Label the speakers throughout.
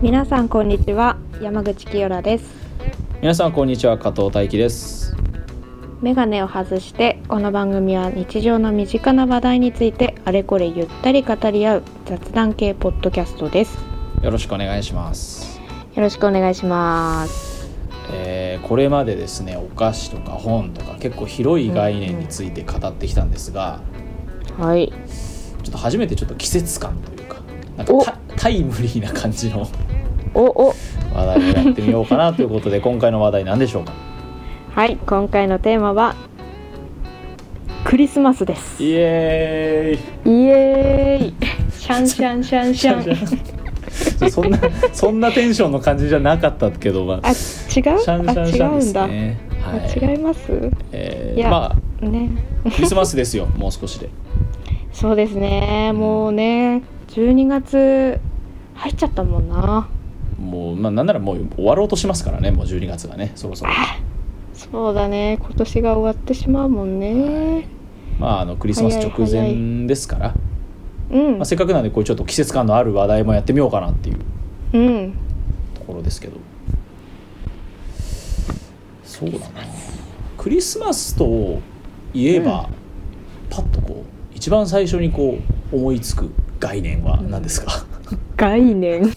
Speaker 1: 皆さんこんにちは山口清良です
Speaker 2: 皆さんこんにちは加藤大輝です
Speaker 1: メガネを外してこの番組は日常の身近な話題についてあれこれゆったり語り合う雑談系ポッドキャストです
Speaker 2: よろしくお願いします、
Speaker 1: よろしくお願いします
Speaker 2: えーこれまでですねお菓子とか本とか結構広い概念について語ってきたんですが、
Speaker 1: はい
Speaker 2: ちょっと初めてちょっと季節感というかなん
Speaker 1: お
Speaker 2: かタタイムリーな感じの
Speaker 1: おお
Speaker 2: 話題をやってみようかなというこ とで今回の話題何でしょうか
Speaker 1: はい今回のテーマはクリスマスです
Speaker 2: イ
Speaker 1: イ
Speaker 2: エーイ
Speaker 1: エーイシャンシャンシャンシャン
Speaker 2: そ んなそんなテンションの感じじゃなかったけどまあ
Speaker 1: あ違う
Speaker 2: シャンシャンシャン
Speaker 1: あ違う
Speaker 2: で
Speaker 1: ん
Speaker 2: す
Speaker 1: だ、
Speaker 2: ね
Speaker 1: あ
Speaker 2: はい
Speaker 1: 違います
Speaker 2: え
Speaker 1: い
Speaker 2: ー
Speaker 1: や
Speaker 2: ま
Speaker 1: ね
Speaker 2: あクリスマスですよもう少しで
Speaker 1: そうですね
Speaker 2: うん
Speaker 1: もうね12月入っちゃったもんな
Speaker 2: もう、まあ、なんならもう終わろうとしますからね、もう12月がね、そろそろ。
Speaker 1: そうだね今年が終わってしまうもんね
Speaker 2: まあ、あのクリスマス直
Speaker 1: 早い
Speaker 2: 前ですから、
Speaker 1: うん
Speaker 2: まあ、せっかくなんで、こういうちょっと季節感のある話題もやってみようかなっていう
Speaker 1: うん
Speaker 2: ところですけど。そうだな。クリスマスといえば、パッとこう、一番最初にこう思いつく概念は何ですか。
Speaker 1: 概念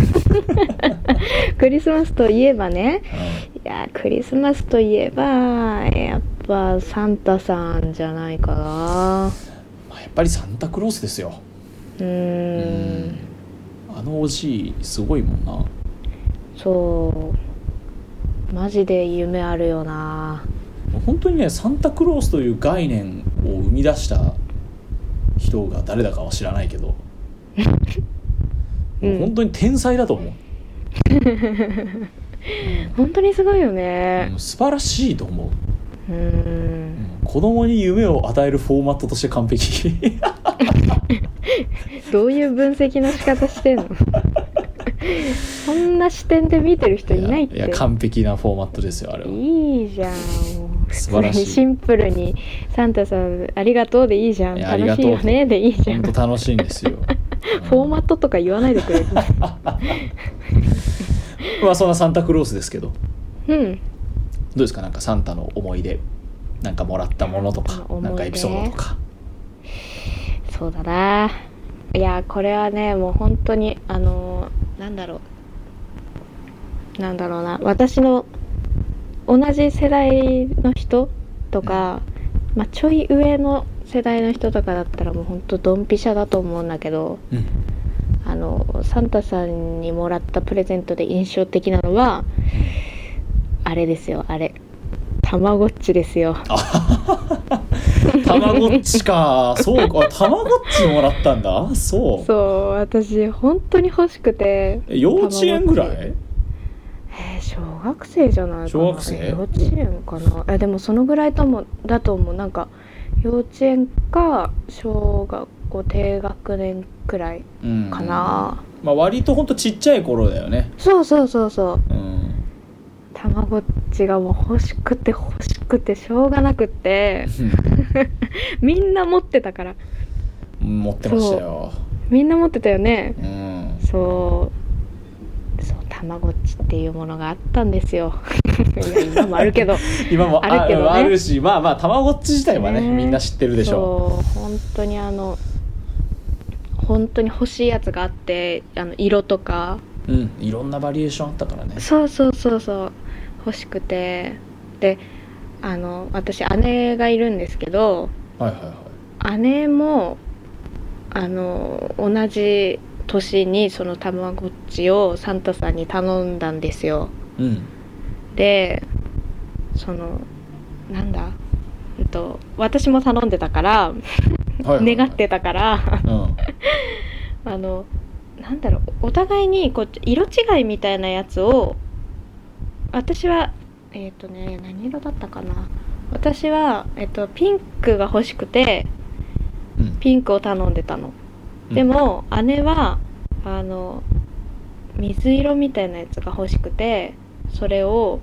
Speaker 1: クリスマスといえばね
Speaker 2: う
Speaker 1: いやクリスマスといえばやっぱサンタさんじゃないかなん
Speaker 2: まあ、やっぱりサンタクロースですよ。
Speaker 1: う
Speaker 2: う
Speaker 1: ーん。
Speaker 2: あのおじい、すごいもんな。
Speaker 1: そうマジで夢あるよな
Speaker 2: 本当にねサンタクロースという概念を生み出した人が誰だかは知らないけど、
Speaker 1: うん
Speaker 2: もう本当に天才だと思う、
Speaker 1: 本当にすごいよ
Speaker 2: う
Speaker 1: ね
Speaker 2: ん素晴らしいと思う、
Speaker 1: う
Speaker 2: うんん子供に夢を与えるフォーマットとして完璧
Speaker 1: どういう分析の仕方してんの そんな視点で見てる人いないっ
Speaker 2: や
Speaker 1: て
Speaker 2: 完璧なフォーマットですよあれはい
Speaker 1: いじゃんもう
Speaker 2: 素晴らしい
Speaker 1: シンプルに「サンタさんありがとう」でいいじゃん「
Speaker 2: いやあり
Speaker 1: 楽
Speaker 2: がと
Speaker 1: し
Speaker 2: う
Speaker 1: いよね」でいいじゃん
Speaker 2: 本
Speaker 1: フ
Speaker 2: 当楽しいんで すよ
Speaker 1: ォーマットとか言わないでくれる
Speaker 2: うん まあそんなサンタクロースですけど
Speaker 1: う
Speaker 2: ど
Speaker 1: ん
Speaker 2: うですかなんかサンタの思い出なんかもらったものとか
Speaker 1: 思い出
Speaker 2: なんかエピソードとか
Speaker 1: そうだないやこれはねもう本当にあのーなんだろうなんだろうな私の同じ世代の人とか、まあ、ちょい上の世代の人とかだったらもう本当ドンピシャだと思うんだけど
Speaker 2: うん
Speaker 1: あのサンタさんにもらったプレゼントで印象的なのはあれですよあれたまごっちですよ
Speaker 2: たまごっちかそうかたまごっちもらったんだそう
Speaker 1: そう私本当に欲しくて
Speaker 2: え幼稚園ぐらい
Speaker 1: えー小学生じゃないかな
Speaker 2: 小学生
Speaker 1: 幼稚園かなえでもそのぐらいともだと思うなんか幼稚園か小学校低学年くらい
Speaker 2: うん
Speaker 1: かな、
Speaker 2: まあ割とほんとちっちゃい頃だよね
Speaker 1: そうそうそうそう
Speaker 2: うん
Speaker 1: たまごっちがもう欲しくて欲しくてしょうがなくってみんな持ってたから
Speaker 2: うん持ってましたよ
Speaker 1: みんな持ってたよね
Speaker 2: うん
Speaker 1: そうそうたまごっちっていうものがあったんですよ いや今もあるけど
Speaker 2: 今
Speaker 1: あ
Speaker 2: も
Speaker 1: る
Speaker 2: あ
Speaker 1: けどね
Speaker 2: あるしまあまあたまごっち自体はね
Speaker 1: ね
Speaker 2: みんな知ってるでしょ
Speaker 1: そう本当にあの本当に欲しいやつがあってあの色とか
Speaker 2: ううんいろんなバリエーションあったからね
Speaker 1: そうそうそうそう欲しくてであの私姉がいるんですけど
Speaker 2: はいはいはい
Speaker 1: 姉もあの同じ年にそのたまごっちをサンタさんに頼んだんですよ
Speaker 2: うん
Speaker 1: でそのなんだ、うんと、私も頼んでたから
Speaker 2: はいはいはい
Speaker 1: 願ってたから
Speaker 2: うん
Speaker 1: あのなんだろうお互いにこう色違いみたいなやつを私はえっ、とね何色だったかな私は、えっとピンクが欲しくて
Speaker 2: うん
Speaker 1: ピンクを頼んでたの
Speaker 2: うん
Speaker 1: でも、姉はあの水色みたいなやつが欲しくてそれを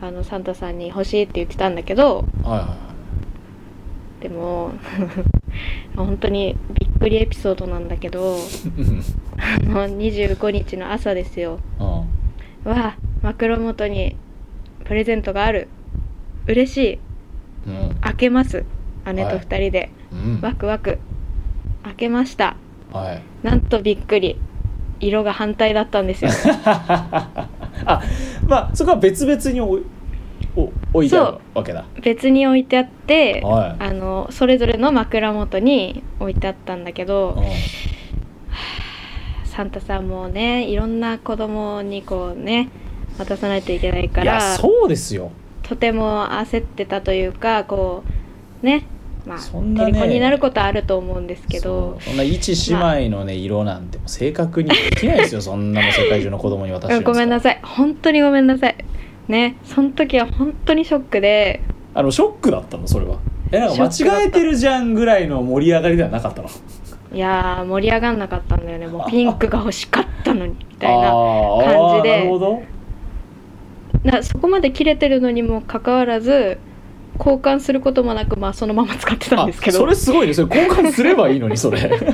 Speaker 1: あのサンタさんに欲しいって言ってたんだけど
Speaker 2: はいはいは
Speaker 1: でも 本当にびっくりエピソードなんだけど
Speaker 2: いうん
Speaker 1: あの25日の朝ですよ
Speaker 2: うん
Speaker 1: わあ枕元にプレゼントがある嬉しい
Speaker 2: うん
Speaker 1: 開けます姉
Speaker 2: は
Speaker 1: と
Speaker 2: い
Speaker 1: 2人で、
Speaker 2: うん
Speaker 1: ワクワク開けました
Speaker 2: はい
Speaker 1: なんとびっくり色が反対だったんです よ
Speaker 2: あ まあそこは別々におお置いてあるわけだ
Speaker 1: 別に置いてあって
Speaker 2: は
Speaker 1: あのそれぞれの枕元に置いてあったんだけ
Speaker 2: い、う
Speaker 1: ど
Speaker 2: ん
Speaker 1: サンタさんもねいろんな子供にこうね渡さないといけないか
Speaker 2: いや
Speaker 1: ら
Speaker 2: そうですよ
Speaker 1: とても焦ってたというかこうねまあ
Speaker 2: そんなね
Speaker 1: 照れ子になることはあると思うんですけど
Speaker 2: そうそんな一姉妹のね色なんてもう正確にできない ですよそんなの世界中の子供に渡してる
Speaker 1: うんごめんな
Speaker 2: さい
Speaker 1: さい本当にごめんなさいねその時は本当にショックで
Speaker 2: あのショックだったのそれはえなんか
Speaker 1: ショックだった
Speaker 2: 間違えてるじゃんぐらいの盛り上がりではなかったの
Speaker 1: いやー盛り上がんなかったんだよねもうピンクが欲しかったのにみたい
Speaker 2: あ
Speaker 1: な
Speaker 2: ー
Speaker 1: 感じで
Speaker 2: あーなるほど
Speaker 1: なそこまで切れてるのにもかかわらず交換することもなく、まあ、そのまま使ってたんですけ
Speaker 2: あそ
Speaker 1: ど
Speaker 2: れすごいねそれ交換すればいいのに それ
Speaker 1: だか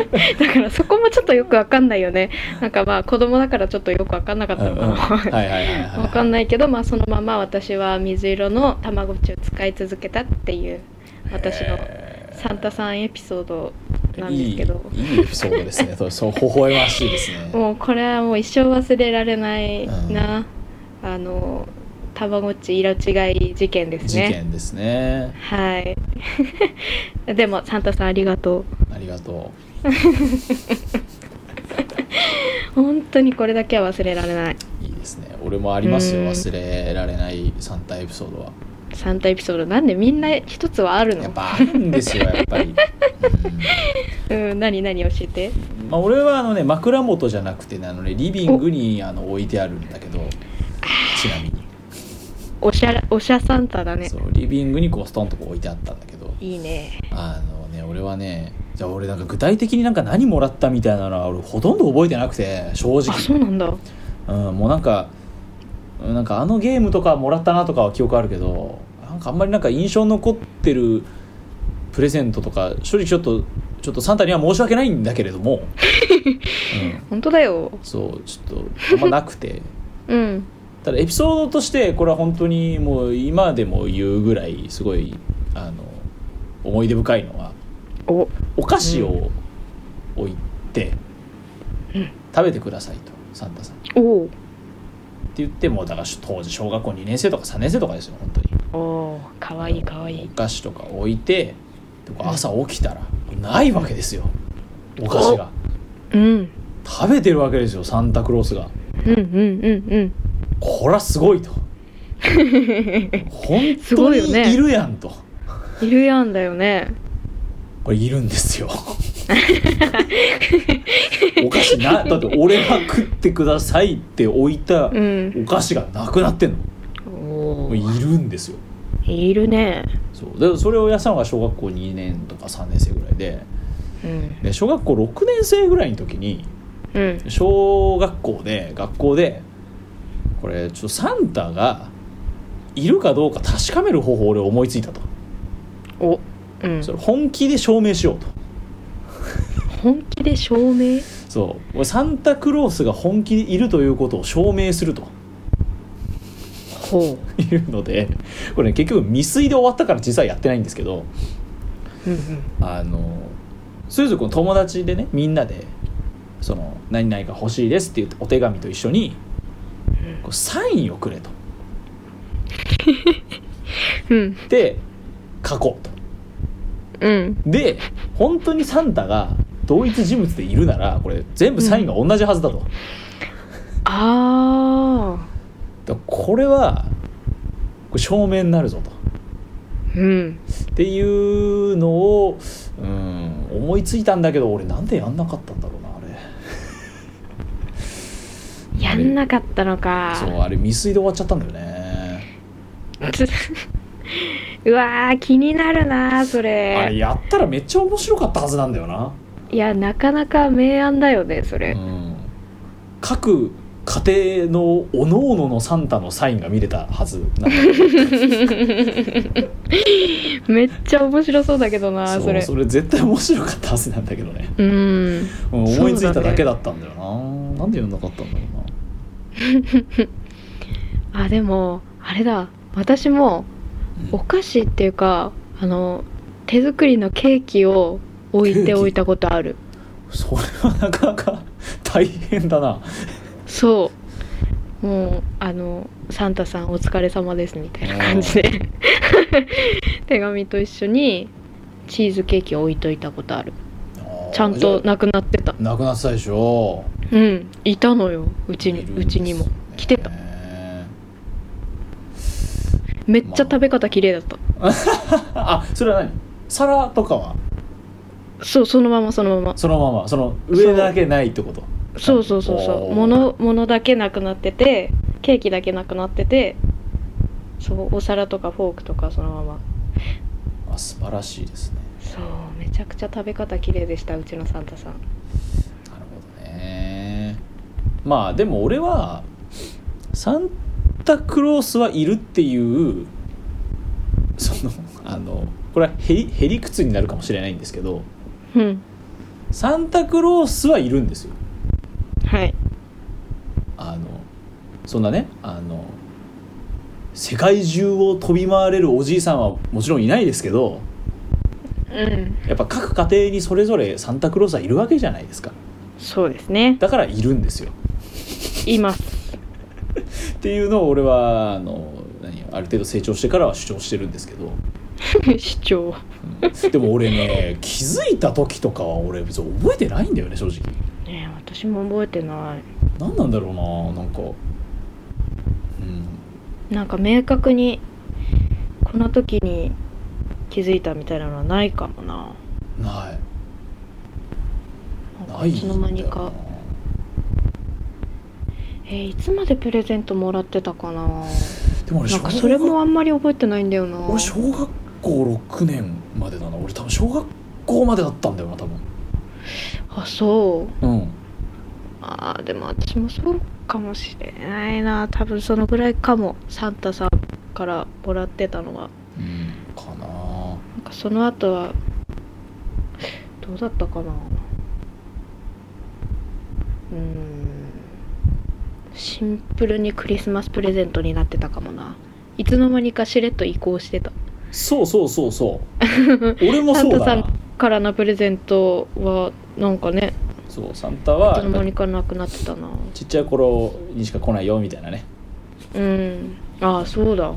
Speaker 1: らそこもちょっとよくわかんないよねなんかまあ子供だからちょっとよくわかんなかったのかな
Speaker 2: はいはいはいはい
Speaker 1: わかん
Speaker 2: な
Speaker 1: な
Speaker 2: い
Speaker 1: いけど、まあ、そのまま私は水色のたまごっちを使い続けたっていう私のサンタさんエピソードなんですけど
Speaker 2: いいいいエピソードです ねそうそう微笑ましいですね
Speaker 1: もうこれはもう一生忘れられないな、あのたまごっち色違い事件です
Speaker 2: 事
Speaker 1: ね
Speaker 2: 件ですね
Speaker 1: はい でもサンタさんありがとう
Speaker 2: ありがと
Speaker 1: 本当にこれだけは忘れられないう
Speaker 2: いいですね俺もありますよ
Speaker 1: うん
Speaker 2: 忘れられないサンタエピソードは
Speaker 1: サンタエピソードなんでみんな一つはある
Speaker 2: やっ
Speaker 1: の
Speaker 2: ぱあるんですよやっぱ り、
Speaker 1: うん何何教えて
Speaker 2: うんまあ、俺はあのね枕元じゃなくてねあのねリビングにあの置いてあるんだけどちなみに、
Speaker 1: おしゃらおしゃサンタだね
Speaker 2: そうリビングにこうストンとこう置いてあったんだけど
Speaker 1: いいね
Speaker 2: あのね俺はねじゃあ俺なんか具体的になんか何もらったみたいなのは俺ほとんど覚えてなくて正
Speaker 1: あそうなんだ
Speaker 2: 直、うん、もうなんかうんなんかあのゲームとかもらったなとかは記憶あるけどなんかあんまりなんか印象に残ってるプレゼントとか正直ちょっとちょっとサンタには申し訳ないんだけれども、うん、
Speaker 1: 本当だよ
Speaker 2: そうちょっとあんまなくて
Speaker 1: うん
Speaker 2: ただエピソードとしてこれは本当にもう今でも言うぐらいすごいあの思い出深いのは
Speaker 1: お
Speaker 2: お菓子を置いて、食べてくださいとサンタさんって
Speaker 1: お
Speaker 2: 言ってもうだから当時小学校2年生とか3年生とかですよ本当に
Speaker 1: おおーかわいいかわい
Speaker 2: お
Speaker 1: い
Speaker 2: 菓子とか置いてでこう朝起きたらないわけですよお菓子が
Speaker 1: うん
Speaker 2: 食べてるわけですよサンタクロースが
Speaker 1: うんうんうんうん
Speaker 2: こらすごいと本
Speaker 1: す
Speaker 2: 当
Speaker 1: ごいよね
Speaker 2: にいるやんと
Speaker 1: いるやんだよね
Speaker 2: これいるんですよお菓子なだって俺が食ってくださいって置いた
Speaker 1: うん
Speaker 2: お菓子がなくなってんの
Speaker 1: お
Speaker 2: もういるんですよ
Speaker 1: いるね
Speaker 2: そうでそれをやったのが小学校2年とか3年生ぐらいで
Speaker 1: うん
Speaker 2: で小学校6年生ぐらいの時に
Speaker 1: うん
Speaker 2: 小学校で学校でこれちょっとサンタがいるかどうか確かめる方法を俺思いついたと
Speaker 1: おうん
Speaker 2: それ本気で証明しようと
Speaker 1: 本気で証明
Speaker 2: そうサンタクロースが本気でいるということを証明すると
Speaker 1: ほ
Speaker 2: いうのでこれ、ね、結局未遂で終わったから実はやってないんですけど
Speaker 1: ううん
Speaker 2: あのそれぞれこの友達でねみんなで「その何々が欲しいです」っていうお手紙と一緒にこうサインをくれと
Speaker 1: うん
Speaker 2: で書こうと
Speaker 1: うん
Speaker 2: で本当にサンタが同一人物でいるならこれ全部サインが同じはずだと、だか
Speaker 1: ああ
Speaker 2: らこれはこれ証明になるぞと
Speaker 1: うん
Speaker 2: っていうのをうん思いついたんだけど俺なんでやんなかったんだろうなあれ
Speaker 1: やんなかったのか
Speaker 2: そうあれ未遂で終わっちゃったんだよね
Speaker 1: うわー気になるなーそ
Speaker 2: あれ
Speaker 1: れ
Speaker 2: やったらめっちゃ面白かったはずなんだよな、
Speaker 1: いやなかなか明暗だよねそれ、
Speaker 2: うん、各家庭のおのおののサンタのサインが見れたはずなんだよ
Speaker 1: めっちゃ面白そうだけどな
Speaker 2: そ
Speaker 1: そうれ
Speaker 2: それ絶対面白かったはずなんだけどね、
Speaker 1: うん
Speaker 2: うん
Speaker 1: そうだね
Speaker 2: 思いついただけだったんだよななんで読んなかったんだろうな
Speaker 1: あでもあれだ私も
Speaker 2: う
Speaker 1: お菓子っていうかあの手作りのケーキを置い
Speaker 2: ケーキ
Speaker 1: ておいたことある
Speaker 2: んそれはなかなか 大変だな
Speaker 1: そうもうあの「サンタさんお疲れ様です」みたいな感じで手紙と一緒にチーズケーキを置いといたことあるちゃんと
Speaker 2: な
Speaker 1: なくなってた
Speaker 2: なくなってたでしょ
Speaker 1: うんいたのようち
Speaker 2: い
Speaker 1: に
Speaker 2: るんで
Speaker 1: う
Speaker 2: すね
Speaker 1: ちにも来てためっちゃ食べ方綺麗だった
Speaker 2: あそれは何皿とかは
Speaker 1: そうそのままそのまま
Speaker 2: そのままその上だけないってこと
Speaker 1: そうそうそうそ
Speaker 2: お
Speaker 1: う
Speaker 2: ー
Speaker 1: 物物だけなくなっててケーキだけなくなっててそうお皿とかフォークとかそのまま
Speaker 2: あ素晴らしいですね
Speaker 1: そうめちゃくちゃ食べ方綺麗でしたうちのサンタさん
Speaker 2: なるほどねまあでも俺はサンタクロースはいるっていうそのあのこれはへりへりくつになるかもしれないんですけど
Speaker 1: うん
Speaker 2: サンタクロースはいるんですよ
Speaker 1: はい
Speaker 2: あのそんなねあの世界中を飛び回れるおじいさんはもちろんいないですけど
Speaker 1: うん
Speaker 2: やっぱ各家庭にそれぞれサンタクロースはいるわけじゃないですか
Speaker 1: そうですね
Speaker 2: だからいるんですよ
Speaker 1: います
Speaker 2: っていうのを俺はあの何ある程度成長してからは主張してるんですけど、
Speaker 1: 主張
Speaker 2: うんでも俺ね気づいた時とかは俺別に覚えてないんだよね正直
Speaker 1: ねえ私も覚えてな
Speaker 2: 何なんだろうななんかうん
Speaker 1: いなんか明確にこの時に気づいたみたいなのはないかもな
Speaker 2: ない
Speaker 1: なん
Speaker 2: な
Speaker 1: か
Speaker 2: い
Speaker 1: い
Speaker 2: んだ
Speaker 1: つ
Speaker 2: よな
Speaker 1: の間にかえーいつまでプレゼントもらってたかな
Speaker 2: でも俺
Speaker 1: な
Speaker 2: 小
Speaker 1: んか
Speaker 2: 学
Speaker 1: それもあんまり覚えてないんだよな
Speaker 2: 俺小学校6年までだな俺多分小学校までだったんだよな多分
Speaker 1: あそう
Speaker 2: うん
Speaker 1: あーでも私もそうかもしれないな多分そのぐらいかもサンタさんからもらってたのは
Speaker 2: うんかな
Speaker 1: なんかその後はどうだったかなうーんシンプルにクリスマスプレゼントになってたかもないつの間にかしれっと移行してた
Speaker 2: そうそうそうそう 俺もそ
Speaker 1: サ
Speaker 2: うだ
Speaker 1: ン
Speaker 2: な
Speaker 1: タさからのプレゼントはなんかね
Speaker 2: そうサンタ
Speaker 1: い
Speaker 2: は
Speaker 1: つの間にかなくなってたな
Speaker 2: ちっちゃい頃にしか来ないよみたいなね
Speaker 1: うんああそうだ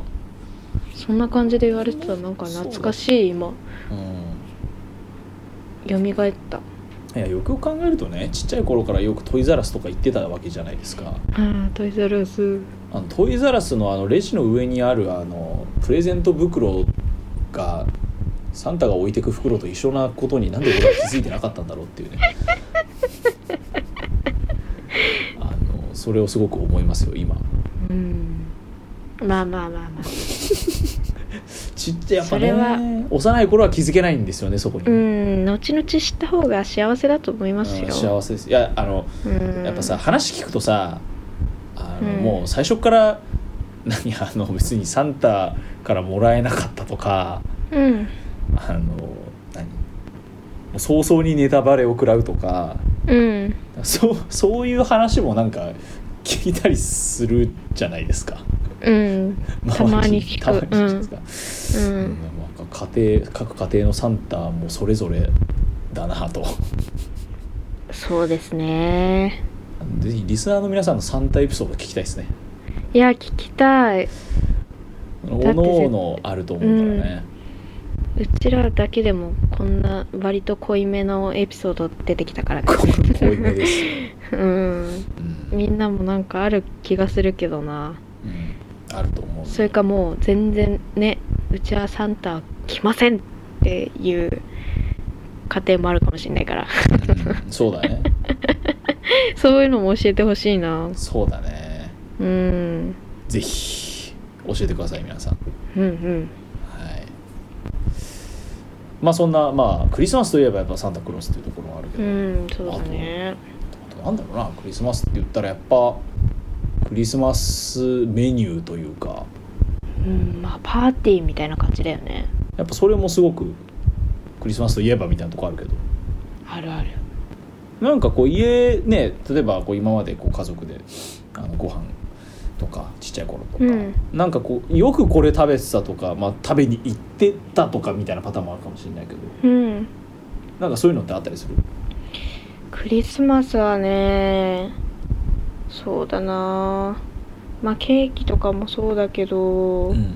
Speaker 1: そんな感じで言われてたなんか懐かしい今
Speaker 2: うん
Speaker 1: 蘇った
Speaker 2: いやよくよく考えるとねちっちゃい頃からよくトイザラスとか行ってたわけじゃないですか
Speaker 1: ああトイザラス
Speaker 2: あのトイザラスのあのレジの上にあるあのプレゼント袋がサンタが置いてく袋と一緒なことになんで俺は気づいてなかったんだろうっていうね あのそれをすごく思いますよ今
Speaker 1: うんまあまあまあまあ
Speaker 2: ちっちゃいやっぱ
Speaker 1: それは
Speaker 2: ね幼い頃は気づけないんですよねそこに
Speaker 1: う
Speaker 2: ね、
Speaker 1: ん後々知った方が幸せだと思います
Speaker 2: うん
Speaker 1: よ
Speaker 2: 幸せですいやあの
Speaker 1: うん
Speaker 2: やっぱさ話聞くとさあの、
Speaker 1: うん
Speaker 2: もう最初から何あの別にサンタからもらえなかったとか
Speaker 1: うん
Speaker 2: あの何もう早々にネタバレを食らうとか
Speaker 1: うん
Speaker 2: そうそういう話もなんか聞いたりするじゃないで すか。
Speaker 1: うんたまに聞く
Speaker 2: たまに聞くじゃないです
Speaker 1: う
Speaker 2: か
Speaker 1: ん
Speaker 2: うんなんか家庭各家庭のサンタもそれぞれだなと。
Speaker 1: そうですね
Speaker 2: ぜひリスナーの皆さんのサンタエピソード聞きたいですね。
Speaker 1: いや聞きたい
Speaker 2: おのおのあると思うからね。
Speaker 1: うちらだけでもこんな割と濃いめのエピソード出てきた からね
Speaker 2: 濃いめですよ、
Speaker 1: うん
Speaker 2: うん
Speaker 1: みんなもなんかある気がするけどな
Speaker 2: うんあると思う
Speaker 1: それかもう全然ねうちはサンタ来ませんっていう家庭もあるかもしれない から
Speaker 2: うんそうだね
Speaker 1: そういうのも教えてほしいな
Speaker 2: そうだね
Speaker 1: うん
Speaker 2: ぜひ教えてください皆さん
Speaker 1: うんうん
Speaker 2: はいまあそんなまあクリスマスといえばやっぱサンタクロースっていうところがあるけ
Speaker 1: う
Speaker 2: ど、
Speaker 1: んそうだね
Speaker 2: あとなんだろうなクリスマスって言ったらやっぱクリスマスメニューというか
Speaker 1: うんまあパーティーみたいな感じだよね
Speaker 2: やっぱそれもすごくクリスマスといえばみたいなとこあるけど
Speaker 1: あるある
Speaker 2: なんかこう家ね例えばこう今までこう家族であのご飯とかちっちゃい頃とか、
Speaker 1: うん
Speaker 2: なんかこうよくこれ食べてたとか、まあ、食べに行ってたとかみたいなパターンもあるかもしれないけど
Speaker 1: うん
Speaker 2: なんかそういうのってあったりする
Speaker 1: クリスマスはねそうだなまあケーキとかもそうだけど、
Speaker 2: ん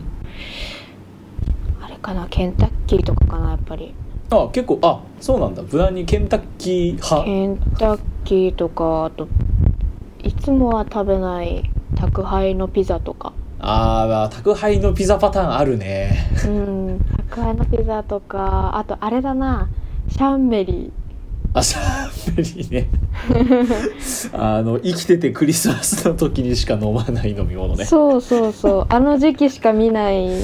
Speaker 1: あれかなケンタッキーとかかなやっぱり
Speaker 2: あ結構あそうなんだ無難にケンタッキー派
Speaker 1: ケンタッキーとかあといつもは食べない宅配のピザとか
Speaker 2: あー宅配のピザパターンあるね
Speaker 1: うん宅配のピザとかあとあれだなシャンメリ
Speaker 2: あシャンメリ ーねあの生きててクリスマスの時にしか飲まない飲み物
Speaker 1: ー、
Speaker 2: ね
Speaker 1: そうそう そうあの時期しか見ないシ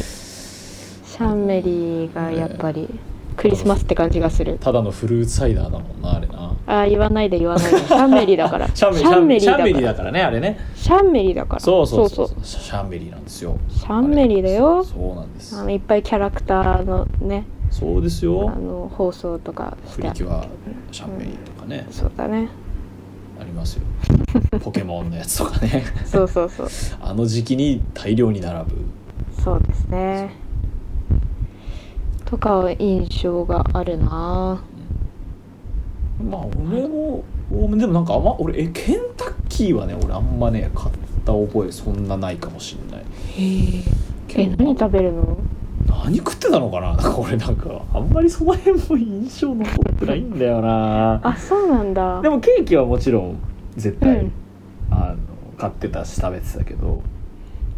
Speaker 1: ャンメリーがやっぱりクリスマスって感じがする
Speaker 2: ただのフルーツサイダーだもんなあれな
Speaker 1: あー言わないで言わ ないでシャンメリーだから
Speaker 2: シャンメリーシャンメリーシャンメリー
Speaker 1: だ
Speaker 2: だ
Speaker 1: か
Speaker 2: からねあれね
Speaker 1: らシャンメリーだから
Speaker 2: そうそうそうそうシャンメリーなんですよ
Speaker 1: シャンメリーだ
Speaker 2: あれ
Speaker 1: よ
Speaker 2: そうなんです
Speaker 1: あのいっぱいキャラクターのね
Speaker 2: そうです
Speaker 1: あ
Speaker 2: よ
Speaker 1: の放送とかし
Speaker 2: プ
Speaker 1: て
Speaker 2: リ
Speaker 1: あ
Speaker 2: キ
Speaker 1: る
Speaker 2: ュアシャンメリーとかね、
Speaker 1: そうだね
Speaker 2: ありますよポケモンのやつとか ね
Speaker 1: そうそうそう
Speaker 2: あの時期に大量に並ぶ
Speaker 1: そうですねとかは印象があるな
Speaker 2: まあ俺も俺でもなんかあんま俺えケンタッキーはね俺あんまね買った覚えそんなないかもしれない
Speaker 1: え
Speaker 2: け
Speaker 1: え
Speaker 2: ど
Speaker 1: 何食べるの
Speaker 2: 何食ってたのかな なんか俺なんかあんまりその辺も印象残ってないんだよな
Speaker 1: あそうなんだ
Speaker 2: でもケーキはもちろん絶
Speaker 1: う
Speaker 2: 対、
Speaker 1: ん
Speaker 2: あの買ってたし食べてたけど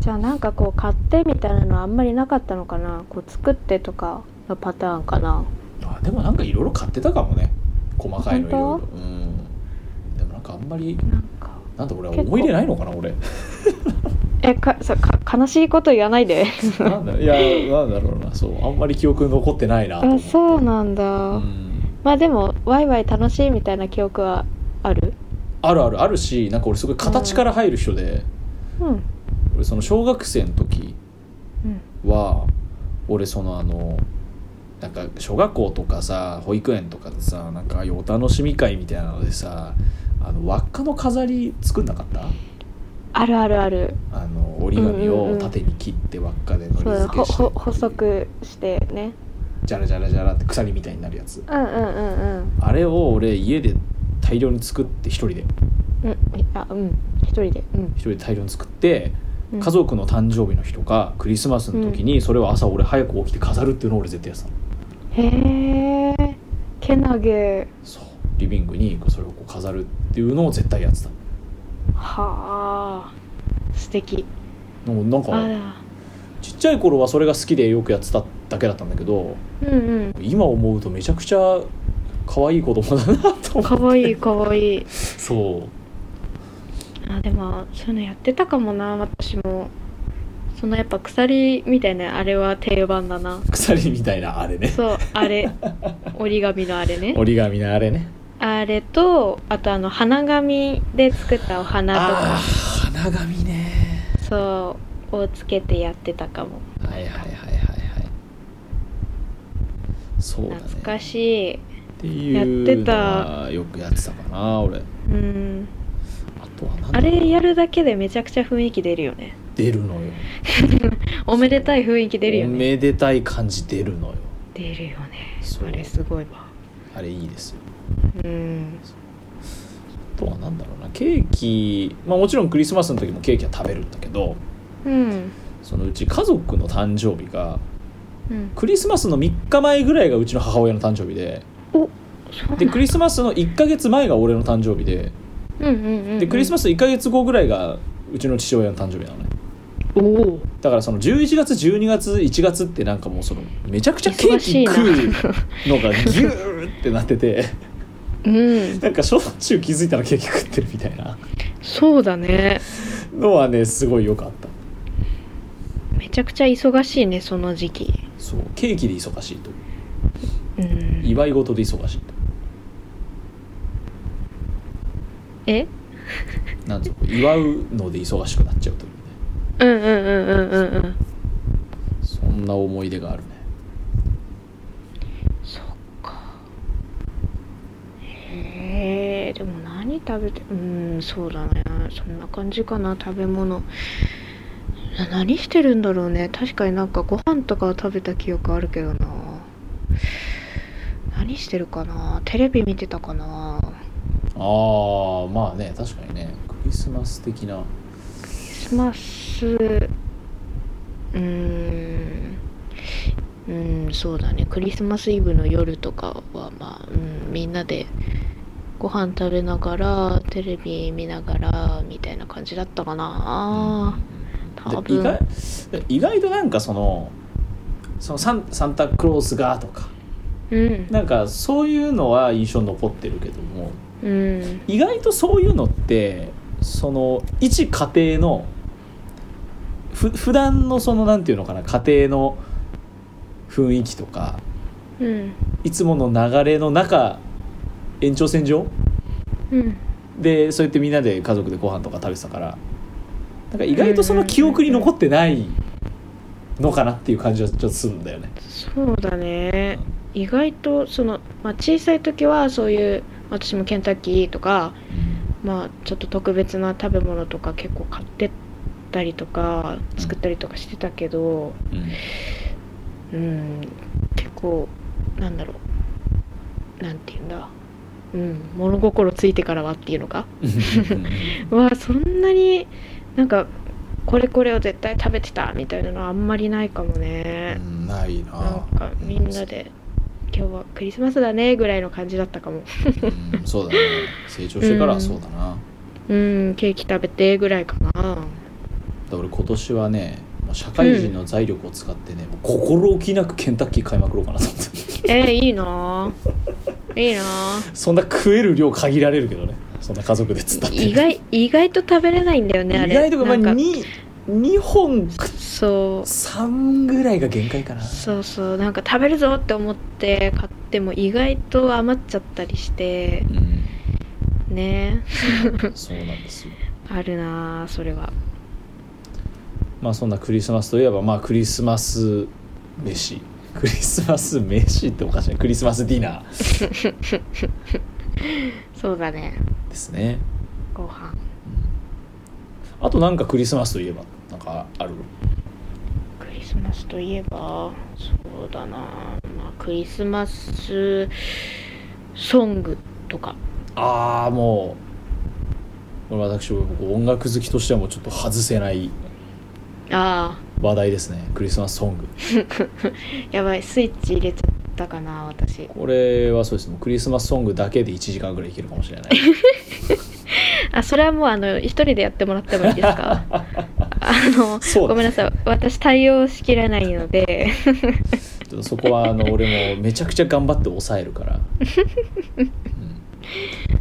Speaker 1: じゃあなんかこう買ってみたいなのあんまりなかったのかなこう作ってとかのパターンかな
Speaker 2: あでもなんかいろいろ買ってたかもね細かいのいろ
Speaker 1: 本
Speaker 2: いろうんでもなんかあんまり
Speaker 1: なんか
Speaker 2: なんだ俺
Speaker 1: 結構
Speaker 2: 思い入れないのかな俺
Speaker 1: えかさか悲しいこと言わないで
Speaker 2: なんだいやなんだろうなそうあんまり記憶残ってないなと思
Speaker 1: あ
Speaker 2: って
Speaker 1: そうなんだ、
Speaker 2: うん
Speaker 1: まあでもワイワイ楽しいみたいな記憶はある
Speaker 2: あるあるあるしなんか俺すごい形から入る人で、
Speaker 1: うん
Speaker 2: 俺その小学生の時
Speaker 1: うん
Speaker 2: は俺そのあのなんか小学校とかさ保育園とかでさなんかああいうお楽しみ会みたいなのでさあの輪っかの飾り作んなかった
Speaker 1: あるあるある
Speaker 2: あの折り紙を縦に切って輪っかで
Speaker 1: そ
Speaker 2: の
Speaker 1: うだ
Speaker 2: り付け
Speaker 1: ほ
Speaker 2: して
Speaker 1: ほ細くしてね
Speaker 2: ジャラジャラジャラって鎖みたいになるやつ
Speaker 1: うんうんうんうん
Speaker 2: あれを俺家で大量に作って一人で
Speaker 1: うんあうん一人でうん
Speaker 2: 一人で大量に作って
Speaker 1: うん
Speaker 2: 家族の誕生日の日とかクリスマスの時にそれを朝俺早く起きて飾るっていうのを俺絶対やってたの
Speaker 1: へえけなげ
Speaker 2: そうリビングにそれをこう飾るっていうのを絶対やってた
Speaker 1: はあ素敵
Speaker 2: でもなんか
Speaker 1: あ
Speaker 2: ちっちゃい頃はそれが好きでよくやってただけだったんだけど
Speaker 1: らうん
Speaker 2: 今思うとめちゃくちゃ可愛い子供だな
Speaker 1: う
Speaker 2: と
Speaker 1: んか
Speaker 2: 思う
Speaker 1: わいいかわいい
Speaker 2: そう
Speaker 1: あでもそういうのやってたかもな私もそのやっぱ鎖みたいなあれは定番だな
Speaker 2: 鎖みたいなあれね
Speaker 1: そうあれ折り紙のあれね
Speaker 2: 折り紙のあれね
Speaker 1: あれとあとあの花紙で作ったお花と
Speaker 2: ああ
Speaker 1: か
Speaker 2: ー花紙ね
Speaker 1: そうをつけてやってたかも
Speaker 2: はいはいはいはいはいそうだね
Speaker 1: 懐
Speaker 2: っ
Speaker 1: かしい
Speaker 2: ていう
Speaker 1: やってた
Speaker 2: のはよくやってたかな俺あ
Speaker 1: うん
Speaker 2: とは何
Speaker 1: あれやるだけでめちゃくちゃ雰囲気出るよね
Speaker 2: 出るのよ
Speaker 1: おめでたい雰囲気出るよ
Speaker 2: お
Speaker 1: ね
Speaker 2: めでたい感じ出るのよ
Speaker 1: 出るよね
Speaker 2: そう
Speaker 1: あれすごいわ
Speaker 2: あれいいですよ
Speaker 1: うん
Speaker 2: あとは何だろうなケーキまあもちろんクリスマスの時もケーキは食べるんだけど
Speaker 1: うん
Speaker 2: そのうち家族の誕生日が
Speaker 1: うん
Speaker 2: クリスマスの3日前ぐらいがうちの母親の誕生日で
Speaker 1: おそうなん
Speaker 2: でクリスマスの1ヶ月前が俺の誕生日で
Speaker 1: うんうんうん
Speaker 2: でクリスマ
Speaker 1: ス
Speaker 2: ス1ヶ月後ぐらいがうちの父親の誕生日なのね
Speaker 1: おお
Speaker 2: だからその11月12月1月ってなんかもうそのめちゃくちゃケー
Speaker 1: 忙し
Speaker 2: キ
Speaker 1: いな
Speaker 2: 食うのがギューってなってて
Speaker 1: うん
Speaker 2: なんかしょっちゅう気づいたらケーキ食ってるみたいな
Speaker 1: そうだね
Speaker 2: のはねすごい良かった
Speaker 1: めちゃくちゃ忙しいねその時期
Speaker 2: そうケーキで忙しいと
Speaker 1: うん
Speaker 2: 祝い事で忙しいと
Speaker 1: え
Speaker 2: なんつうの祝うので忙しくなっちゃうというね
Speaker 1: うんうんうんうんうんうん
Speaker 2: そんな思い出があるね
Speaker 1: そっかへえでも何食べてうんそうだねそんな感じかな食べ物な何してるんだろうね確かになんかご飯とかは食べた記憶あるけどな何してるかなテレビ見てたかな
Speaker 2: ああまあね確かにねクリスマス的な
Speaker 1: クリスマスうーんうんそうだねクリスマスイブの夜とかはまあ、うん、みんなでご飯食べながらテレビ見ながらみたいな感じだったかな、
Speaker 2: で
Speaker 1: 多
Speaker 2: 意
Speaker 1: 分
Speaker 2: 外で意外となんかそのそのサンサンタクロースがとか
Speaker 1: うん
Speaker 2: なんかそういうのは印象に残ってるけども
Speaker 1: うん
Speaker 2: 意外とそういうのってその一家庭のふ普段のそのなんていうのかな家庭の雰囲気とか
Speaker 1: うん
Speaker 2: いつもの流れの中延長線上
Speaker 1: うん
Speaker 2: でそうやってみんなで家族でご飯とか食べてたからなんか意外とその記憶に残ってないのかなっていう感じはちょっとするんだよね。
Speaker 1: そうだね意外とその、まあ、小さい時はそういう私もケンタッキーとか、まあ、ちょっと特別な食べ物とか結構買ってったりとか作ったりとかしてたけどうん結構なんだろうなんて言うんだうん物心ついてからはっていうのかはそんなになんかこれこれを絶対食べてたみたいなのはあんまりないかもね。
Speaker 2: ないな
Speaker 1: なんかみんなで今日はクリスマスだねぐらいの感じだったかも
Speaker 2: うんそうだね成長してからはそうだな、だか
Speaker 1: うんケーキ食べてぐらいかな
Speaker 2: ら俺今年はねもう社会人の財力を使ってね、もう心置きなくケンタッキー買いまくろうかなと思って
Speaker 1: えー、いいなぁいいなぁ
Speaker 2: そんな食える量限られるけどねそんな家族でっつったって
Speaker 1: 意外意外と食べれないんだよねあれ
Speaker 2: 意外とか、ま
Speaker 1: な
Speaker 2: あ、
Speaker 1: んか
Speaker 2: に2本食っ
Speaker 1: そう
Speaker 2: 3ぐらいが限界かな
Speaker 1: そうそうなんか食べるぞって思って買っても意外と余っちゃったりして
Speaker 2: うん
Speaker 1: ね
Speaker 2: そうなんですよ
Speaker 1: あるなぁそれは
Speaker 2: まあそんなクリスマスといえばまあクリスマス飯クリスマス飯っておかしいねクリスマスディナー
Speaker 1: そうだね
Speaker 2: ですね
Speaker 1: ご飯
Speaker 2: あとなんかクリスマスといえばなんかある
Speaker 1: クリスマスといえばそうだな、まあ、クリスマスソングとか
Speaker 2: ああもうこれ私僕音楽好きとしてはもうちょっと外せない
Speaker 1: あ
Speaker 2: 話題ですねクリスマスソング
Speaker 1: あやばいスイッチ入れちゃったかな私
Speaker 2: これはそうですねクリスマスソングだけで1時間ぐらいいけるかもしれない
Speaker 1: あそれはもうあの一人でやってもらってもいいです かあの
Speaker 2: そう
Speaker 1: ごめんなさい私対応しきれないので
Speaker 2: ちょっとそこはあの俺もめちゃくちゃ頑張って抑えるから、 うん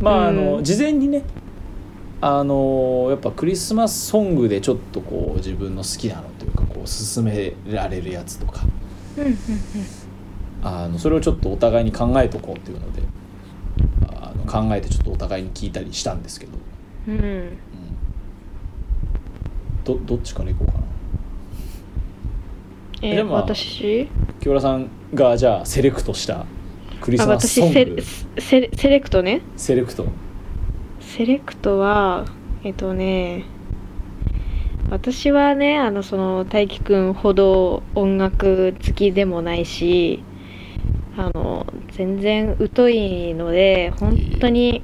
Speaker 2: まああ
Speaker 1: う
Speaker 2: の
Speaker 1: ん
Speaker 2: 事前にねあのやっぱクリスマスソングでちょっとこう自分の好きなのというかこう勧められるやつとか
Speaker 1: うんうんうん
Speaker 2: あのそれをちょっとお互いに考えとこうっていうのであの考えてちょっとお互いに聞いたりしたんですけど、
Speaker 1: うん
Speaker 2: うんどどっちからいこうかな
Speaker 1: え
Speaker 2: でも
Speaker 1: 私
Speaker 2: 清良さんがじゃあセレクトしたクリス
Speaker 1: あ
Speaker 2: マスソ
Speaker 1: 私
Speaker 2: ン
Speaker 1: セ
Speaker 2: グ
Speaker 1: レセレセレクトね
Speaker 2: セレクト
Speaker 1: セレクトはえっとね私はねあのその大輝くんほど音楽好きでもないしあの全然疎いので本当に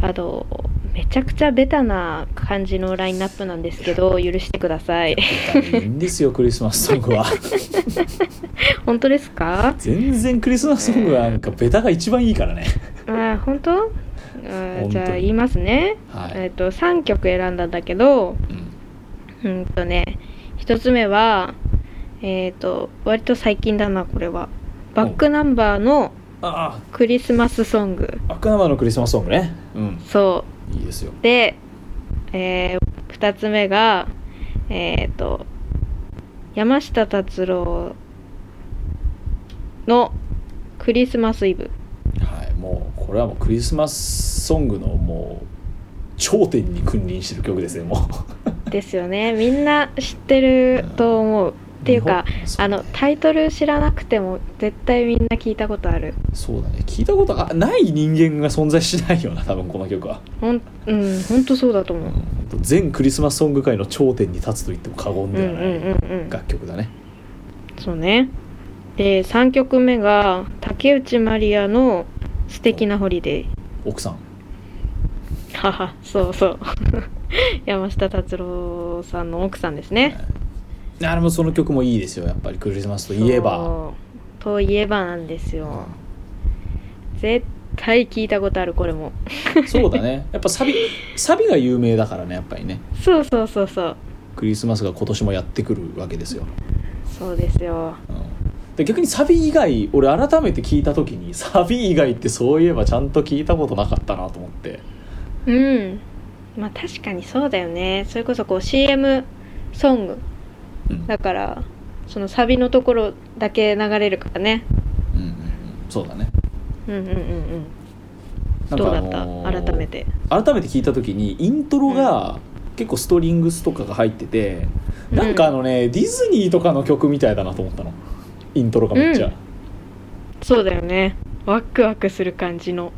Speaker 1: あのめちゃくちゃベタな感じのラインナップなんですけど許してください
Speaker 2: いいんですよクリスマスソングは
Speaker 1: 本当ですか
Speaker 2: 全然クリスマスソングはなんかベタが一番いいからね
Speaker 1: あー本当あ
Speaker 2: 本当
Speaker 1: ー
Speaker 2: に
Speaker 1: じゃあ言いますね、
Speaker 2: はい
Speaker 1: えっと3曲選んだんだけど
Speaker 2: うん
Speaker 1: うんとね、一つ目は、えっ、と、割と最近だな、これは。バックナンバーの
Speaker 2: あ
Speaker 1: クリスマスソング。
Speaker 2: あバックナンバーのクリスマスソングねうん
Speaker 1: そ
Speaker 2: いいですよ
Speaker 1: う。で、えー二つ目が、えっ、と、山下達郎のクリスマスイブ。
Speaker 2: はいもうこれはもうクリスマスソングのもう頂点に君臨してる曲ですねも
Speaker 1: ですよね。みんな知ってると思う。
Speaker 2: う
Speaker 1: っていうか、
Speaker 2: 日本そう
Speaker 1: あ
Speaker 2: ね
Speaker 1: の、タイトル知らなくても、絶対みんな聞いたことある。
Speaker 2: そうだね聞いたことがない人間が存在しないような多分この曲は、
Speaker 1: ほん、うん、ほんとそうだと
Speaker 2: う
Speaker 1: 思う。
Speaker 2: ん、と全クリスマスソング界の頂点に立つと言っても過言
Speaker 1: うんう
Speaker 2: では
Speaker 1: ん
Speaker 2: ない
Speaker 1: うんうん
Speaker 2: 楽曲だね、
Speaker 1: そうねで3曲目が竹内まりやの「素敵なホリデー
Speaker 2: 奥さん」
Speaker 1: ははそうそう 山下達郎さんの奥さんですね
Speaker 2: はいあれもその曲もいいですよやっぱりクリスマスといえば
Speaker 1: そうといえばなんですよ絶対聞いたことあるこれも
Speaker 2: そうだねやっぱサビサビが有名だからねやっぱりね
Speaker 1: そうそうそうそう
Speaker 2: クリスマスが今年もやってくるわけですよ、
Speaker 1: そうですよ
Speaker 2: うんで逆にサビ以外俺改めて聞いた時にサビ以外ってそういえばちゃんと聞いたことなかったなと思って
Speaker 1: うんまあ確かにそうだよねそれこそこう CM ソング
Speaker 2: うん
Speaker 1: だからそのサビのところだけ流れるからね
Speaker 2: うんうんうんそうだね
Speaker 1: うんうんうんうん
Speaker 2: なん
Speaker 1: どう
Speaker 2: か
Speaker 1: だ
Speaker 2: あ
Speaker 1: っ
Speaker 2: の
Speaker 1: た、
Speaker 2: ー
Speaker 1: 改めて
Speaker 2: 改めて聞いた時にイントロが結構ストリングスとかが入ってて、なんかあのねディズニーとかの曲みたいだなと思ったのイントロがめっちゃ、
Speaker 1: うんそうだよねワクワクする感じの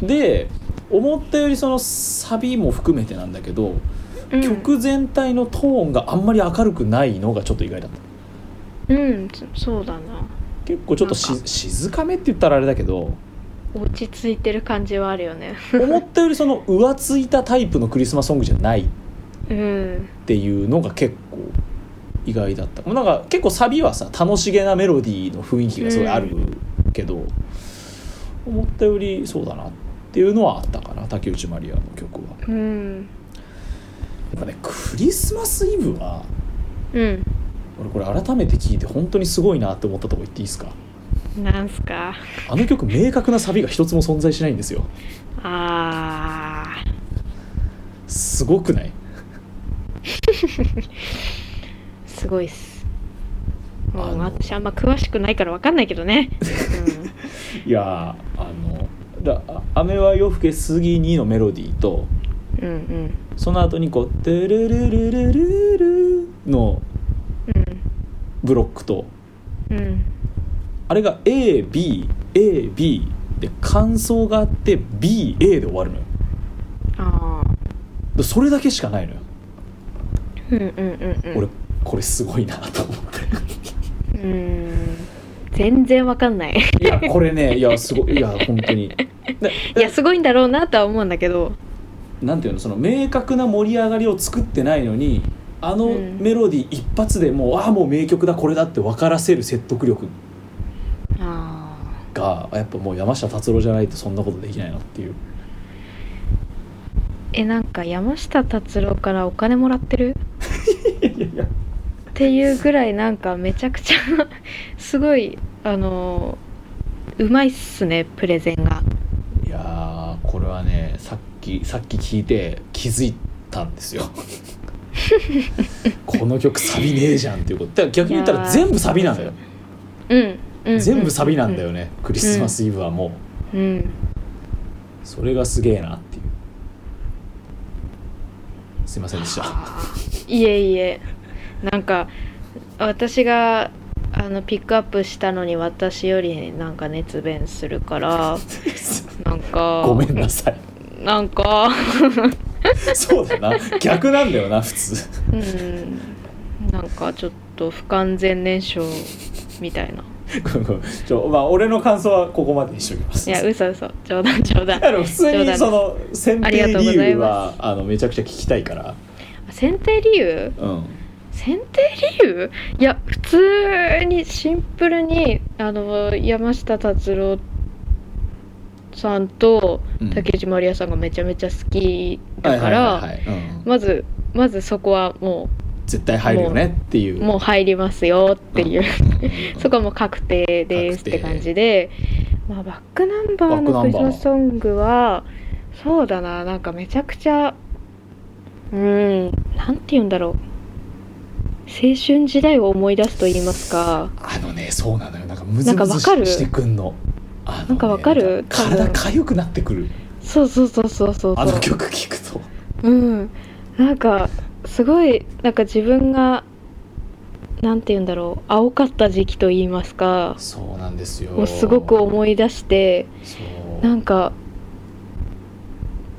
Speaker 2: そうで思ったよりそのサビも含めてなんだけど、
Speaker 1: うん
Speaker 2: 曲全体のトーンがあんまり明るくないのがちょっと意外だった
Speaker 1: うんそそうだな
Speaker 2: 結構ちょっと
Speaker 1: な
Speaker 2: し
Speaker 1: ん
Speaker 2: 静かめって言ったらあれだけど
Speaker 1: 落ち着いてる感じはあるよね
Speaker 2: 思ったよりその浮ついたタイプのクリスマスソングじゃない
Speaker 1: うん
Speaker 2: っていうのが結構意外だったもうなんか結構サビはさ楽しげなメロディーの雰囲気がすごいあるけど、思ったよりそうだなっていうのはあったかな竹内まりやの曲はや
Speaker 1: うん
Speaker 2: っぱねクリスマスイブは
Speaker 1: うん
Speaker 2: 俺これ改めて聞いて本当にすごいなって思ったとこ言っていいですか
Speaker 1: なんすか
Speaker 2: あの曲明確なサビが一つも存在しないんですよ
Speaker 1: あー
Speaker 2: すごくない
Speaker 1: すごいっすも
Speaker 2: あ
Speaker 1: う
Speaker 2: の
Speaker 1: 私あんま詳しくないからわかんないけどね、
Speaker 2: いやーあのだ「雨は夜更けすぎに」のメロディーと
Speaker 1: うん、うんうん
Speaker 2: その後にこう「テレレレレレレ」のブロックと
Speaker 1: うんうん
Speaker 2: あれが ABAB で感想があって BA で終わるのよ
Speaker 1: ああ
Speaker 2: でそれだけしかないのよ、
Speaker 1: うんうんうんうん
Speaker 2: 俺これすごいなと思っ
Speaker 1: うん全然わかんない
Speaker 2: ていやこれねいやすごいいや本当にで
Speaker 1: いやすごいんだろうなとは思うんだけど
Speaker 2: なんていうのその明確な盛り上がりを作ってないのにあの
Speaker 1: うん
Speaker 2: メロディー一発でもう、ああもう名曲だこれだって分からせる説得力
Speaker 1: ああ
Speaker 2: がやっぱもう山下達郎じゃないとそんなことできないなっていう
Speaker 1: えなんか山下達郎からお金もらってる
Speaker 2: いやいやいや
Speaker 1: っていうぐらいなんかめちゃくちゃ すごいあのーうまいっすねプレゼンが
Speaker 2: いやーこれはねさっきさっき聞いて気づいたん ですよこの曲サビねえじゃんっていうことだから逆に言った
Speaker 1: い
Speaker 2: ら
Speaker 1: やー
Speaker 2: 全部サビなんだよ
Speaker 1: うん、うん、
Speaker 2: 全部サビなんだよねクリスマスイブはもう
Speaker 1: うん、うん
Speaker 2: それがすげえなっていうすいません でした
Speaker 1: いえいえなんか私があのピックアップしたのに私よりなんか熱弁するからなんか
Speaker 2: ごめんなさい
Speaker 1: なんか
Speaker 2: そうだな逆なんだよな普通
Speaker 1: うんなんかちょっと不完全燃焼みたいな
Speaker 2: ごめんごめんちょまあ俺の感想はここまでにしときます
Speaker 1: いや嘘嘘冗談冗談
Speaker 2: あの普通
Speaker 1: 冗談で
Speaker 2: に
Speaker 1: す
Speaker 2: その選
Speaker 1: ありが
Speaker 2: 定
Speaker 1: とうござ
Speaker 2: 理
Speaker 1: い
Speaker 2: 由
Speaker 1: ま
Speaker 2: はあのめちゃくちゃ聞きたいから
Speaker 1: 選定理由
Speaker 2: うん
Speaker 1: 選定理由いや普通にシンプルにあの山下達郎さんと
Speaker 2: うん
Speaker 1: 竹内まりやさんがめちゃめちゃ好き
Speaker 2: は
Speaker 1: だ
Speaker 2: い
Speaker 1: か
Speaker 2: はいはい
Speaker 1: ら
Speaker 2: はいうん
Speaker 1: まずまずそこはも
Speaker 2: 絶対入るよねっていうう
Speaker 1: もう入りますよっていう、 そこ
Speaker 2: こ
Speaker 1: はもう確定ですって感じで、まあ、バックナンバー
Speaker 2: バック
Speaker 1: の
Speaker 2: ナンバー
Speaker 1: クリスマスソングはそうだななんかめちゃくちゃうーんなんて言うんだろう青春時代を思い出すと言いますか
Speaker 2: あのねそうなのよなんかムズム
Speaker 1: なんか
Speaker 2: ズ
Speaker 1: わかる
Speaker 2: ししてくんのあのね
Speaker 1: なんかわかる
Speaker 2: なんか体かゆくなってくる
Speaker 1: そうそうそうそうそう
Speaker 2: あ
Speaker 1: そ
Speaker 2: の
Speaker 1: う
Speaker 2: 曲聞くと
Speaker 1: うんなんかすごいなんか自分がなんて言うんだろう青かった時期と言いますか
Speaker 2: そうなんですよ
Speaker 1: をすごく思い出して
Speaker 2: そう
Speaker 1: なんか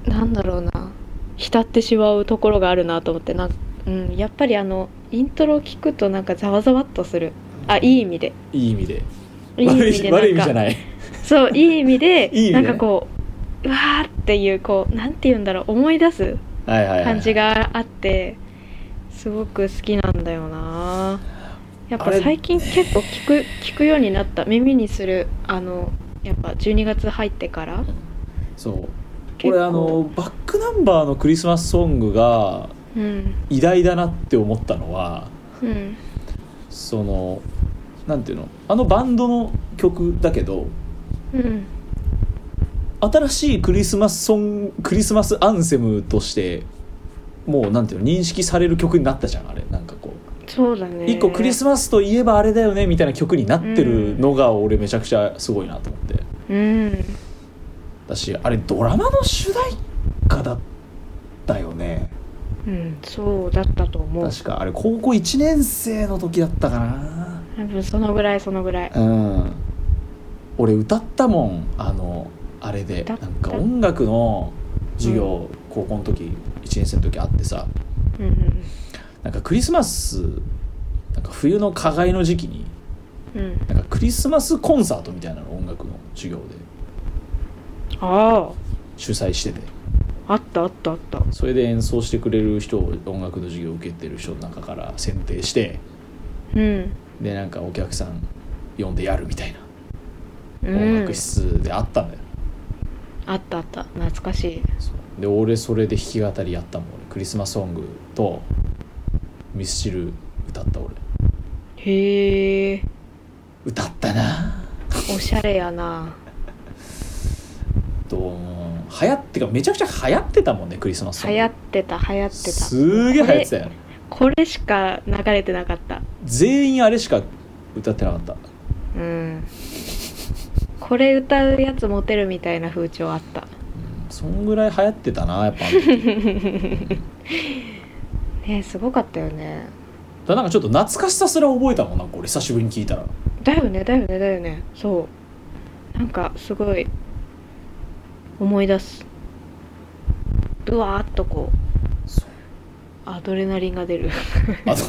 Speaker 1: なんだろうな浸ってしまうところがあるなと思ってなんか、うん、やっぱりあのイントロを聞くとなんかざわざわっとするあいい意味で
Speaker 2: いい意味で
Speaker 1: いい意味で
Speaker 2: 悪い悪い意味じ
Speaker 1: な
Speaker 2: ゃ
Speaker 1: んか
Speaker 2: ない
Speaker 1: そういい意味で
Speaker 2: いい意味で
Speaker 1: な
Speaker 2: ね
Speaker 1: んかこううわーっていうこうなんて言うんだろう思い出す
Speaker 2: はいはいはい
Speaker 1: 感じがあってすごく好きなんだよなやっ
Speaker 2: あ
Speaker 1: ぱ
Speaker 2: れ
Speaker 1: 最近結構聞く聞くようになった耳にするあのやっぱ12月入ってから
Speaker 2: そう
Speaker 1: 結構
Speaker 2: 俺あのバックナンバーのクリスマスソングが
Speaker 1: うん
Speaker 2: 偉大だなって思ったのは
Speaker 1: うん
Speaker 2: そのなんていうのあのバンドの曲だけど
Speaker 1: うん
Speaker 2: 新しいクリスマスソングクリスマスアンセムとしてもうなんていうの認識される曲になったじゃんあれなんかこう
Speaker 1: そうだね
Speaker 2: 一個クリスマスといえばあれだよねみたいな曲になってるのが俺めちゃくちゃすごいなと思って
Speaker 1: うん
Speaker 2: だしあれドラマの主題歌だったよね
Speaker 1: うんそうだったと思う
Speaker 2: 確かあれ高校1年生の時だったかな
Speaker 1: 多分そのぐらいそのぐらい
Speaker 2: うん俺歌ったもんあのあれで
Speaker 1: 歌
Speaker 2: な
Speaker 1: っ
Speaker 2: ん
Speaker 1: た
Speaker 2: か音楽の授業、高校の時1年生の時あってさ
Speaker 1: うんうん
Speaker 2: なんかクリスマスなんか冬の課外の時期に
Speaker 1: うん
Speaker 2: なんかクリスマスコンサートみたいなの音楽の授業で
Speaker 1: あ
Speaker 2: 主催してて
Speaker 1: ああったあったあった
Speaker 2: それで演奏してくれる人を音楽の授業を受けてる人の中から選定して
Speaker 1: うん
Speaker 2: でなんかお客さん呼んでやるみたいな
Speaker 1: う
Speaker 2: 音
Speaker 1: ん
Speaker 2: 楽室であったんだよ、
Speaker 1: あったあった懐かしい
Speaker 2: そうで俺それで弾き語りやったもん俺クリスマスソングとミスチル歌った俺
Speaker 1: へえ
Speaker 2: 歌ったな
Speaker 1: おしゃれや な
Speaker 2: どうも流行ってかめちゃくちゃ流行ってたもんねクリスマスソング
Speaker 1: 流行ってた流行ってた
Speaker 2: すげえ流行ってたよ
Speaker 1: これしか流れてなかった
Speaker 2: 全員あれしか歌ってなかった
Speaker 1: うんこれ歌うやつモテるみたいな風潮あった
Speaker 2: そんぐらい流行ってたなやっぱあの時
Speaker 1: ねすごかったよね
Speaker 2: だなんかちょっと懐かしさすら覚えたもんなんか俺久しぶりに聞いたら
Speaker 1: だよねだよねだよねそうなんかすごい思い出すうわーっとこう
Speaker 2: そう
Speaker 1: アドレナリンが出 る
Speaker 2: あと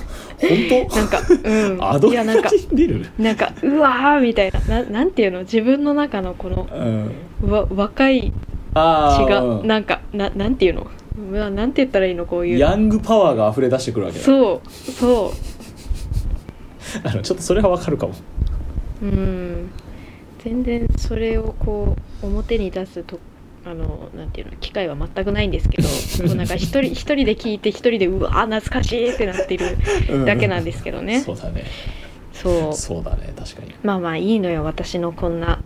Speaker 2: 本
Speaker 1: なんかうん
Speaker 2: 当ア ド
Speaker 1: い
Speaker 2: レ
Speaker 1: や
Speaker 2: ナ
Speaker 1: なんか
Speaker 2: リン出る
Speaker 1: なんかうわーみたいなななんていうの自分の中のこの
Speaker 2: うん
Speaker 1: わ若い
Speaker 2: あ
Speaker 1: 血
Speaker 2: あ、
Speaker 1: が
Speaker 2: うん
Speaker 1: なんかななんていうのうわなんて言ったらいいのこういう
Speaker 2: ヤングパワーが溢れ出してくるわけだ
Speaker 1: そうそ
Speaker 2: あのちょっとそれはわかるかも
Speaker 1: ううん全然それをこう表に出すとあのなんていうの機会は全くないんです けどこうなんか一人一人で聞いて一人でうわ懐かしいってなってるだけなん
Speaker 2: で
Speaker 1: ですけどね、
Speaker 2: そうだね
Speaker 1: そう
Speaker 2: そうだね確かに
Speaker 1: まあまあいいのよ私のこんな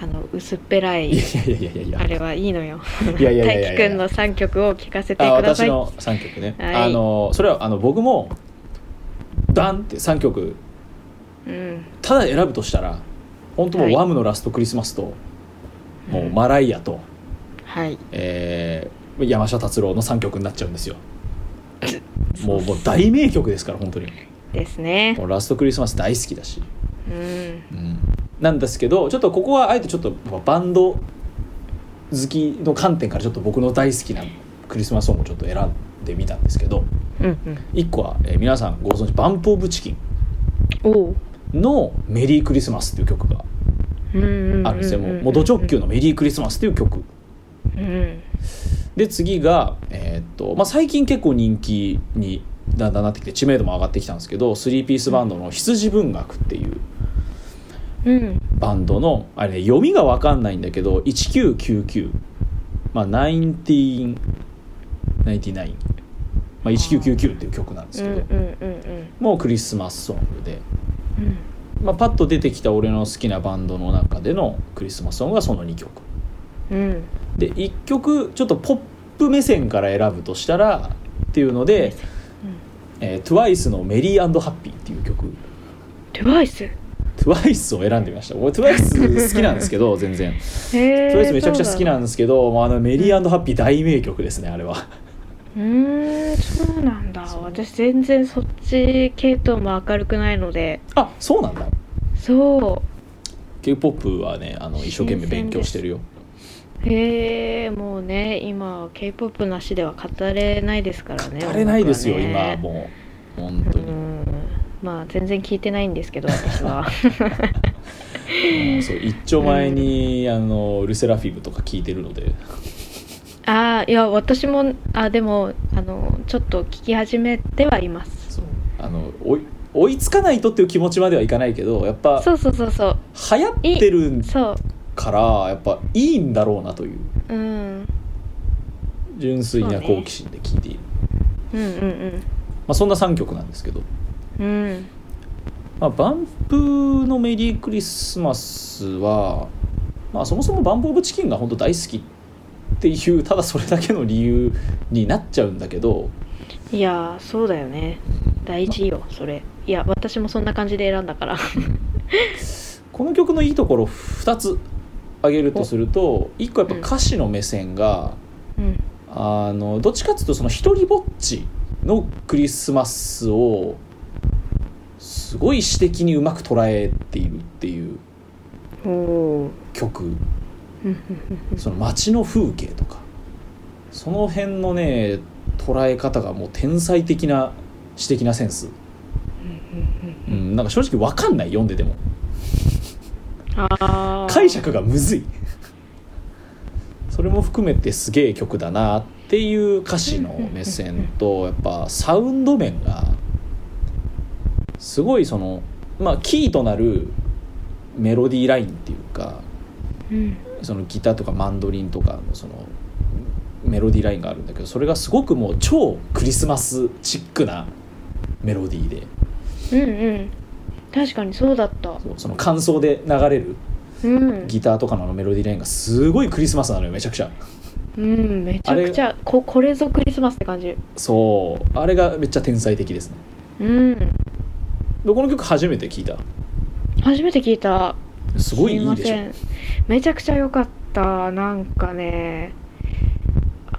Speaker 1: あの薄っぺらい
Speaker 2: いやいやいやいやいや
Speaker 1: あれはいいのよ
Speaker 2: いやいやいやいや
Speaker 1: 大輝くんの3曲を聴かせて
Speaker 2: あ
Speaker 1: くださ
Speaker 2: 私
Speaker 1: い
Speaker 2: の3曲ね、
Speaker 1: はい
Speaker 2: あのそれはあの僕もダンって3曲
Speaker 1: うん
Speaker 2: ただ選ぶとしたら本当も
Speaker 1: は
Speaker 2: う
Speaker 1: い
Speaker 2: ワムのラストクリスマスと、もうマライアと、
Speaker 1: はい
Speaker 2: えー山下達郎の3曲になっちゃうんですよもう
Speaker 1: そ
Speaker 2: もう
Speaker 1: う
Speaker 2: 大名曲ですから本当に
Speaker 1: ですね
Speaker 2: もうラストクリスマス大好きだし、
Speaker 1: うん
Speaker 2: うんなんですけどちょっとここはあえてちょっとまあバンド好きの観点からちょっと僕の大好きなクリスマスソングをちょっと選んでみたんですけど
Speaker 1: うんうん
Speaker 2: 1個は、えー皆さんご存知バンプ・オブ・チキン
Speaker 1: おう
Speaker 2: の「メリークリスマス」っていう曲が
Speaker 1: うんうんうんうん
Speaker 2: あるんですよ、もうド直球の「メリークリスマス」っていう曲
Speaker 1: うん
Speaker 2: で次が、えーっとまあ、最近結構人気にだんだんなってきて知名度も上がってきたんですけど3ピースバンドの「羊文学」っていう
Speaker 1: うん
Speaker 2: バンドのあれね読みが分かんないんだけど1999まあ1999、まあ、1999っていう曲なんです
Speaker 1: うんう
Speaker 2: け
Speaker 1: ん
Speaker 2: ど、
Speaker 1: うんうん
Speaker 2: もうクリスマスソングで、
Speaker 1: うん
Speaker 2: まあ、パッと出てきた俺の好きなバンドの中でのクリスマスソングはその2曲
Speaker 1: うん
Speaker 2: で1曲ちょっとポップ目線から選ぶとしたらっていうので、えー、TWICE の「メリーハッピー」っていう曲
Speaker 1: トゥワイスへ
Speaker 2: TWICE を選んでみました俺 TWICE 好きなんです けど全然
Speaker 1: え
Speaker 2: TWICE めちゃくちゃ好きなん
Speaker 1: だ
Speaker 2: ですけど、まあ、あのメリーハッピー大名曲ですねあれは
Speaker 1: うーんそうなんだ私全然そっち系統も明るくないので
Speaker 2: あそうなんだ
Speaker 1: そ
Speaker 2: K-POP はねあの一生懸命勉強してるよ
Speaker 1: うへえもうね今 k p o p なしでは語れないですからね
Speaker 2: 語れないですよ、
Speaker 1: 音楽は
Speaker 2: 今
Speaker 1: ね
Speaker 2: もう本当に、
Speaker 1: うんまあ全然聞いてないんですけど 私は
Speaker 2: うんそう一丁前に、あのルセラフィムとか聞いてるので
Speaker 1: ああいや私もあでもあのちょっと聞き始めてはいます
Speaker 2: そうあの追い追いつかないとっていう気持ちまではいかないけどやっぱ
Speaker 1: そうそうそうそう
Speaker 2: 流行ってる
Speaker 1: そ
Speaker 2: からやっぱいいんだろうなという
Speaker 1: う、うん、
Speaker 2: 純粋
Speaker 1: そ
Speaker 2: な
Speaker 1: うね
Speaker 2: 好奇心で聞いている
Speaker 1: うんうん
Speaker 2: まあ、そんな3曲なんですけど、
Speaker 1: うんうん
Speaker 2: まあ、バンプの「メリークリスマスは」まあ、そもそもバンプ・オブ・チキンが本当大好きっていうただそれだけの理由になっちゃうんだけど
Speaker 1: いやーそうだよね大事よそれいや私もそんな感じで選んだから
Speaker 2: この曲のいいところ2つ挙げるとすると1個やっぱ歌詞の目線が、
Speaker 1: うん
Speaker 2: あのどっちかっていうとその一人ぼっちのクリスマスをすごい詩的にうまく捉えているっていう
Speaker 1: おお
Speaker 2: 曲
Speaker 1: うんうんうん
Speaker 2: その街の風景とかその辺のね捉え方がもう天才的な詩的なセンス、うん、なんか正直わかんない読んでても
Speaker 1: あー
Speaker 2: 解釈がむずいそれも含めてすげえ曲だなっていう歌詞の目線とやっぱサウンド面がすごいそのまあキーとなるメロディーラインっていうか
Speaker 1: うん
Speaker 2: そのギターとかマンドリンとかのそのメロディーラインがあるんだけどそれがすごくもう超クリスマスチックなメロディーで
Speaker 1: うんうん確かにそうだった
Speaker 2: そうその間奏で流れる
Speaker 1: うん、
Speaker 2: ギターとかのあのメロディーラインがすごいクリスマスなのよめちゃくちゃ。
Speaker 1: うん、めちゃくちゃここれぞクリスマスって感じ
Speaker 2: そうあれがめっちゃ天才的ですね
Speaker 1: うん
Speaker 2: でこの曲初めて聞いた
Speaker 1: 初めて聞いた
Speaker 2: すごいいいでし
Speaker 1: すま
Speaker 2: ょ
Speaker 1: せんめちゃくちゃ良かったなんかね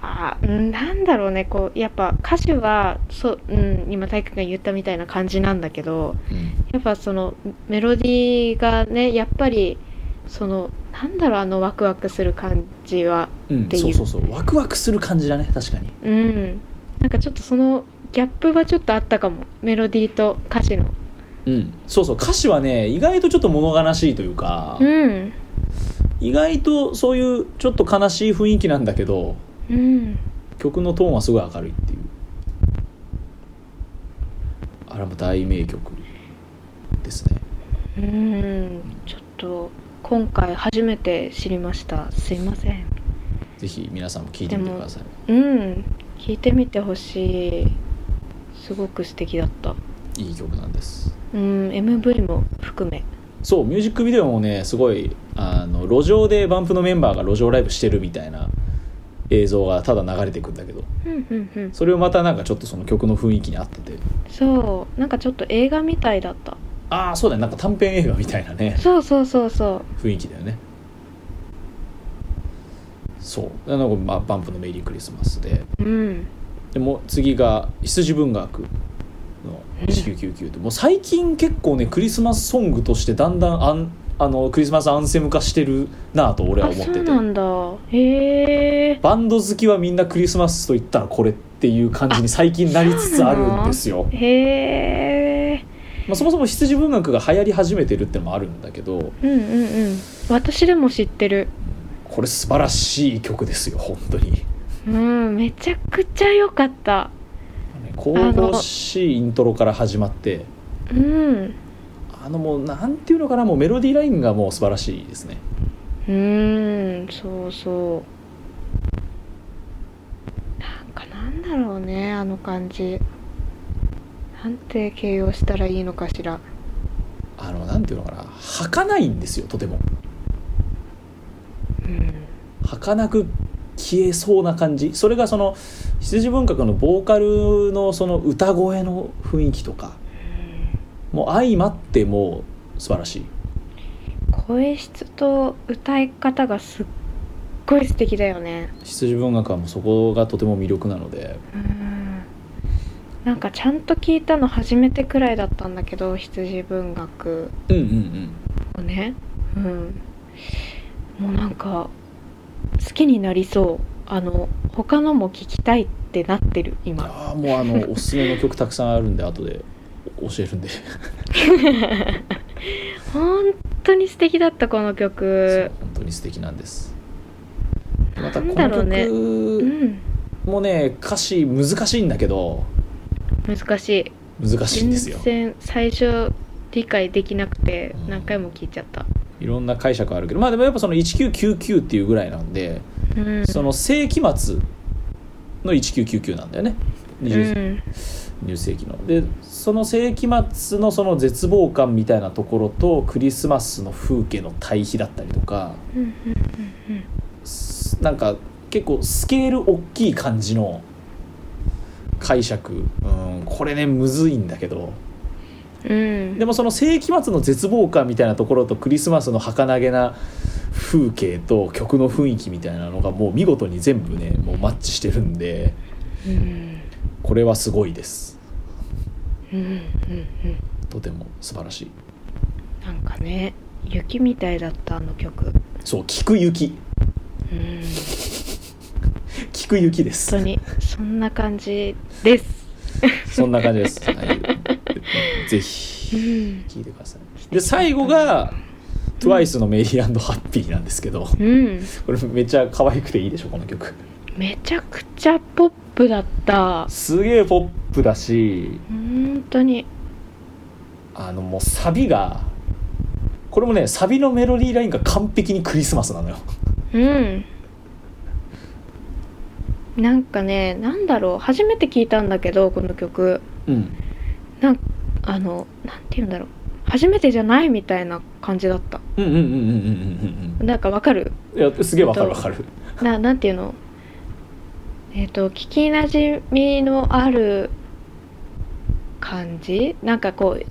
Speaker 1: あうんなんだろうねこうやっぱ歌詞はそう、うん、今体育が言ったみたいな感じなんだけど
Speaker 2: うん
Speaker 1: やっぱそのメロディーがねやっぱりそのなんだろうあのワクワクする感じは
Speaker 2: うん
Speaker 1: ていう
Speaker 2: そうそうそうワクワクする感じだね確かに
Speaker 1: うんなんかちょっとそのギャップはちょっとあったかもメロディーと歌詞の
Speaker 2: うんそうそう歌詞はね意外とちょっと物悲しいというか、
Speaker 1: うん
Speaker 2: 意外とそういうちょっと悲しい雰囲気なんだけど
Speaker 1: うん
Speaker 2: 曲のトーンはすごい明るいっていうあれも大名曲ですね
Speaker 1: うんちょっと今回初めて知りましたすいません
Speaker 2: ぜひ皆さんも聴いてみてください
Speaker 1: うん聞いてみてほしいすごく素敵だった
Speaker 2: いい曲なんです
Speaker 1: うん MV も含め
Speaker 2: そうミュージックビデオもねすごいあの路上でバンプのメンバーが路上ライブしてるみたいな映像がただ流れてくんだけど
Speaker 1: うんうんうん
Speaker 2: それをまたなんかちょっとその曲の雰囲気に合ってて
Speaker 1: そうなんかちょっと映画みたいだった
Speaker 2: ああそうだねなんか短編映画みたいなね
Speaker 1: そうそうそうそ
Speaker 2: 雰囲気だよねそうなんか、まあ、バンプの「メリークリスマスで」
Speaker 1: ううん
Speaker 2: でもう次が「羊文学」の1999ってもう最近結構ねクリスマスソングとしてだんだんあんあのクリスマスアンセム化してるなぁと俺は
Speaker 1: あ
Speaker 2: 思っ
Speaker 1: そ
Speaker 2: て
Speaker 1: う
Speaker 2: て
Speaker 1: なんだへえ
Speaker 2: バンド好きはみんなクリスマスと言ったらこれっていう感じに最近なりつつあるんですよ。
Speaker 1: へえ
Speaker 2: まあ、そもそも羊文学が流行り始めてるってのもあるんだけど
Speaker 1: うんうんうん私でも知ってる
Speaker 2: これ素晴らしい曲ですよ本当に。
Speaker 1: うんめちゃくちゃ良かった
Speaker 2: 神々しいイントロから始まって
Speaker 1: うん
Speaker 2: あのもうなんていうのかなもうメロディーラインがもう素晴らしいですね。
Speaker 1: うーんそうそうなんかなんだろうねあの感じなんて形容したらいいのかしら
Speaker 2: あのなんていうのかな儚ないんですよとても。
Speaker 1: うん
Speaker 2: 儚く消えそうな感じそれがその羊文学のボーカルのその歌声の雰囲気とか。もう相まってもう素晴らしい
Speaker 1: 声質と歌い方がすっごい素敵だよね
Speaker 2: 羊文学はもうそこがとても魅力なので
Speaker 1: うんなんかちゃんと聞いたの初めてくらいだったんだけど羊文学
Speaker 2: うんうん
Speaker 1: をねうんもうなんか好きになりそうあの他のも聞きたいってなってる今
Speaker 2: ああもうあのおすすめの曲たくさんあるんで後で教えるんで
Speaker 1: 本当に素敵だったこの
Speaker 2: そう
Speaker 1: 曲
Speaker 2: 本当に素敵なんですま
Speaker 1: な
Speaker 2: たこの
Speaker 1: んだろうねう
Speaker 2: 曲
Speaker 1: ん
Speaker 2: もね歌詞難しいんだけど
Speaker 1: 難しい
Speaker 2: 難しい
Speaker 1: 全
Speaker 2: んですよ
Speaker 1: 然最初理解できなくて
Speaker 2: うん
Speaker 1: 何回も聞いちゃった、
Speaker 2: いろんな解釈あるけどまあでもやっぱその1999っていうぐらいなんで
Speaker 1: うん、
Speaker 2: その世紀末の1999なんだよね
Speaker 1: う
Speaker 2: 20
Speaker 1: ん
Speaker 2: 20世紀のでその世紀末のその絶望感みたいなところとクリスマスの風景の対比だったりとか
Speaker 1: うんうん
Speaker 2: すなんか結構スケール大きい感じの解釈うんこれねむずいんだけど
Speaker 1: うんうん
Speaker 2: でもその世紀末の絶望感みたいなところとクリスマスの儚げな風景と曲の雰囲気みたいなのがもう見事に全部ねもうマッチしてるんで
Speaker 1: うん
Speaker 2: これはすごいです
Speaker 1: うんうん
Speaker 2: とても素晴らしい
Speaker 1: なんかね雪みたいだったあの曲
Speaker 2: そう「菊雪
Speaker 1: うん」
Speaker 2: 「菊雪」です
Speaker 1: 本当にそんな感じです
Speaker 2: そんな感じ です。はい、ぜひ
Speaker 1: うん
Speaker 2: 聞いてください。で最後が TWICE の「メリーハッピー」なんですけど、
Speaker 1: うん
Speaker 2: これめっちゃ可愛くていいでしょこの曲。
Speaker 1: めちゃくちゃポップだった
Speaker 2: すげえポップだし
Speaker 1: 本当に
Speaker 2: あのもうサビがこれもねサビのメロディーラインが完璧にクリスマスなのよ。
Speaker 1: うんなんかねなんだろう初めて聞いたんだけどこの曲
Speaker 2: うん、
Speaker 1: なんあのなんて言うんだろう初めてじゃないみたいな感じだった
Speaker 2: うんうんうんうんうん
Speaker 1: なんかわかる
Speaker 2: うんうんいやすげえわかるわかる。
Speaker 1: ななんていうのえっ、と聞きなじみのある感じなんかこう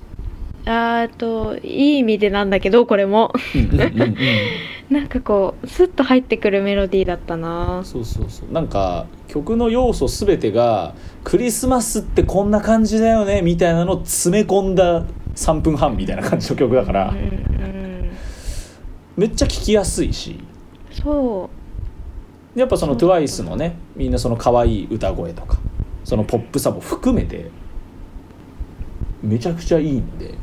Speaker 1: あーっといい意味でなんだけどこれも
Speaker 2: うんうんうんうん
Speaker 1: なんかこうスッと入ってくるメロディーだったな
Speaker 2: そうそうそうなんか曲の要素全てがクリスマスってこんな感じだよねみたいなのを詰め込んだ3分半みたいな感じの曲だか
Speaker 1: う
Speaker 2: ら
Speaker 1: んうん
Speaker 2: めっちゃ聴きやすいし
Speaker 1: そ
Speaker 2: やっぱその
Speaker 1: そう
Speaker 2: TWICE のねみんなその可愛い歌声とかそのポップさも含めてめちゃくちゃいいんでやっ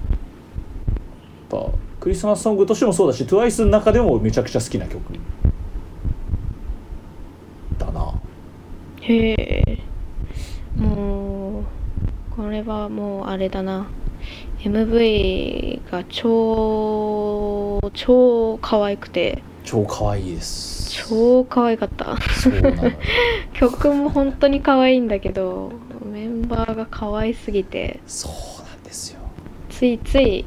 Speaker 2: ぱクリスマスソングとしてもそうだし TWICE の中でもめちゃくちゃ好きな曲だな
Speaker 1: うへえもうこれはもうあれだな MV が超超可愛くて
Speaker 2: 超可愛いです
Speaker 1: 超可愛かった
Speaker 2: そうなのよ
Speaker 1: 曲も本当に可愛いんだけどメンバーが可愛すぎて
Speaker 2: そうなんですよ
Speaker 1: ついつい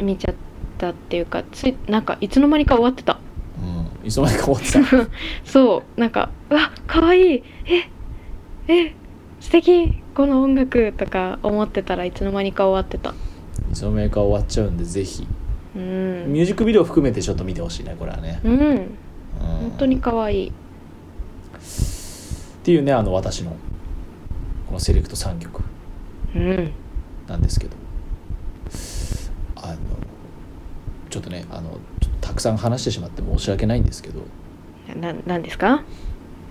Speaker 1: 見ちゃったっていうかついなんかいつの間にか終わってた
Speaker 2: うんいつの間にか終わってた
Speaker 1: そうなんか「うわ可愛いええ素敵この音楽」とか思ってたらいつの間にか終わってた
Speaker 2: いつの間にか終わっちゃうんでぜひ
Speaker 1: う
Speaker 2: ミュ
Speaker 1: ん
Speaker 2: ージックビデオ含めてちょっと見てほしいねこれはね、
Speaker 1: うん
Speaker 2: うん、
Speaker 1: 本当に可愛い
Speaker 2: っていうねあの私のこのセレクト3曲
Speaker 1: うん
Speaker 2: なんですけどあのちょっとねあのちょっとたくさん話してしまって申し訳ないんですけど
Speaker 1: ななんですか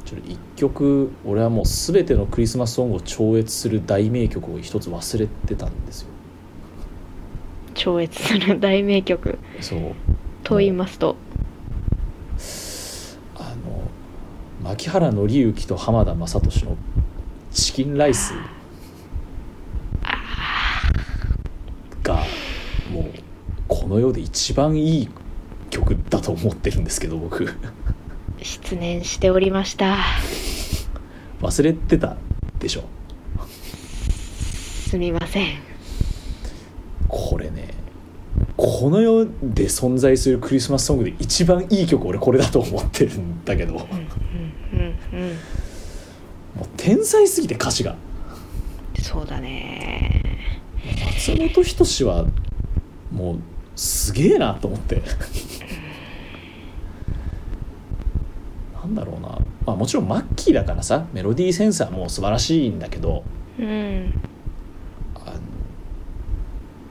Speaker 2: ちょっと1曲俺はもう全てのクリスマスソングを超越する大名曲を一つ忘れてたんですよ
Speaker 1: 超越する大名曲
Speaker 2: そう
Speaker 1: と言いますと
Speaker 2: あの牧原紀之と浜田雅功のチキンライスがもうこの世で一番いい曲だと思ってるんですけど僕
Speaker 1: 失念しておりました
Speaker 2: 忘れてたでしょ
Speaker 1: すみません
Speaker 2: これねこの世で存在するクリスマスソングで一番いい曲俺これだと思ってるんだけどもう
Speaker 1: うんうん
Speaker 2: 天才すぎて歌詞が
Speaker 1: そうだね
Speaker 2: 松本人志はもうすげえなと思ってなんだろうな、まあ、もちろんマッキーだからさメロディーセンサーも素晴らしいんだけど
Speaker 1: うん
Speaker 2: あの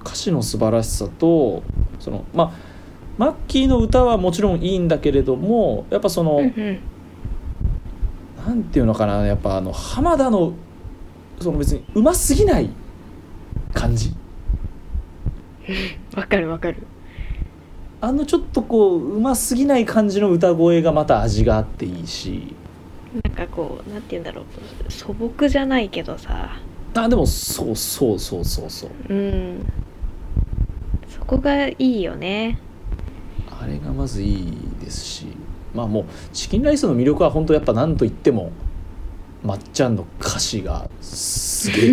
Speaker 2: 歌詞の素晴らしさとそのまあマッキーの歌はもちろんいいんだけれどもやっぱその、
Speaker 1: うんうん
Speaker 2: なんていうのかなやっぱあの浜田のその別にうますぎない感じ
Speaker 1: わかるわかる
Speaker 2: あのちょっとこううますぎない感じの歌声がまた味があっていいし
Speaker 1: なんかこうなんて言うんだろう素朴じゃないけどさ
Speaker 2: あでもそうそうそうそうそう
Speaker 1: うんそこがいいよね
Speaker 2: あれがまずいいですしまあもうチキンライスの魅力は本当やっぱ何と言ってもまっちゃんの歌詞がすげ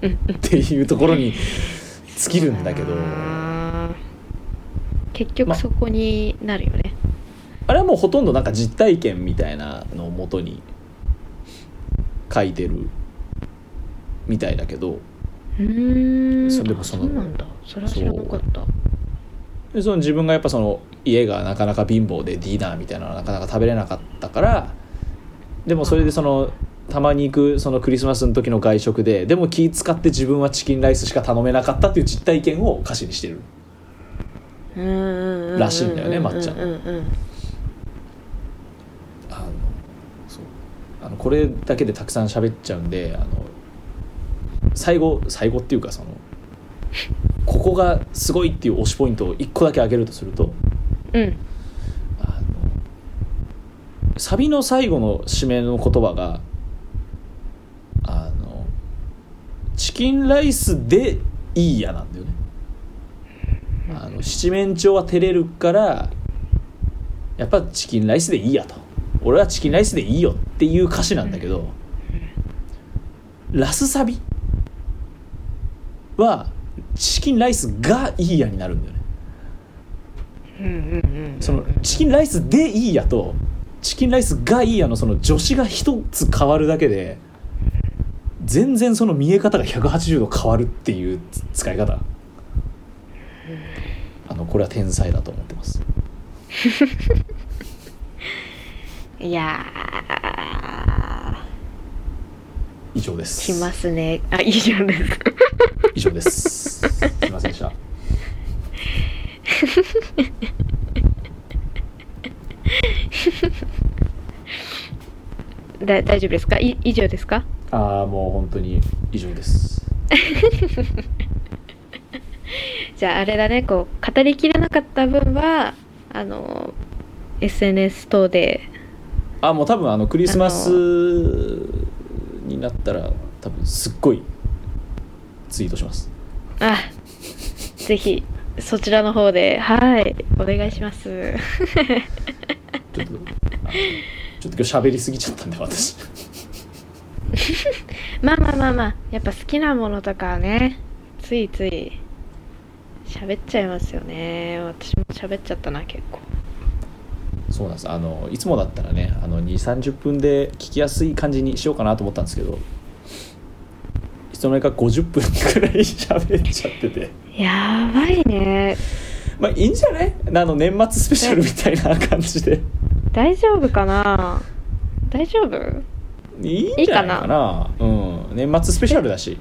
Speaker 2: えっていうところに 尽きるんだけど
Speaker 1: あー結
Speaker 2: ま
Speaker 1: 局そこになるよね、
Speaker 2: あれはもうほとんどなんか実体験みたいなのをもとに書いてるみたいだけど
Speaker 1: うーん
Speaker 2: それでもその
Speaker 1: あうなんだそれは知らなかった
Speaker 2: でその自分がやっぱその家がなかなか貧乏でディナーみたいなのがなかなか食べれなかったからでもそれでそのたまに行くそのクリスマスの時の外食ででも気使って自分はチキンライスしか頼めなかったっていう実体験を歌詞にしてる
Speaker 1: うんうんうう
Speaker 2: らしいんだよねまっちゃん
Speaker 1: うんうんうん
Speaker 2: あのそうあのこれだけでたくさん喋っちゃうんであの最後最後っていうかそのここがすごいっていう推しポイントを1個だけ挙げるとすると
Speaker 1: うん
Speaker 2: あのサビの最後の締めの言葉が「あのチキンライスでいいや」なんだよね。あの七面鳥は照れるからやっぱチキンライスでいいやと俺はチキンライスでいいよっていう歌詞なんだけどラスサビはチキンライスがいいやになるんだよね。
Speaker 1: うんうんうん
Speaker 2: そのチキンライスでいいやとチキンライスがいいやのその助詞が一つ変わるだけで全然その見え方が180度変わるっていう使い方あのこれは天才だと思ってます
Speaker 1: いや
Speaker 2: 以上で
Speaker 1: ー
Speaker 2: す
Speaker 1: きますねあ以上です
Speaker 2: 以上ですすいませんでした
Speaker 1: だ大丈夫ですかい以上ですか
Speaker 2: ああもう本当に以上です
Speaker 1: じゃああれだねこう語りきれなかった分はあの SNS 等で
Speaker 2: あもう多分あのクリスマスになったら多分すっごいツイートします
Speaker 1: あぜひそちらの方ではいお願いします
Speaker 2: ちょっと、あのちょっと今日喋りすぎちゃったんで、私。
Speaker 1: まあまあまあまあやっぱ好きなものとかはねついつい喋っちゃいますよね私も喋っちゃったな結構
Speaker 2: そうなんです。あの、いつもだったらね、あの、2、30分で聞きやすい感じにしようかなと思ったんですけど、いつの間にか50分くらい喋っちゃって て。
Speaker 1: やばいね
Speaker 2: まあ、いいんじゃないあの、年末スペシャルみたいな感じで。
Speaker 1: 大丈夫かな大丈夫
Speaker 2: いいんじゃないかな。うん。年末スペシャルだし。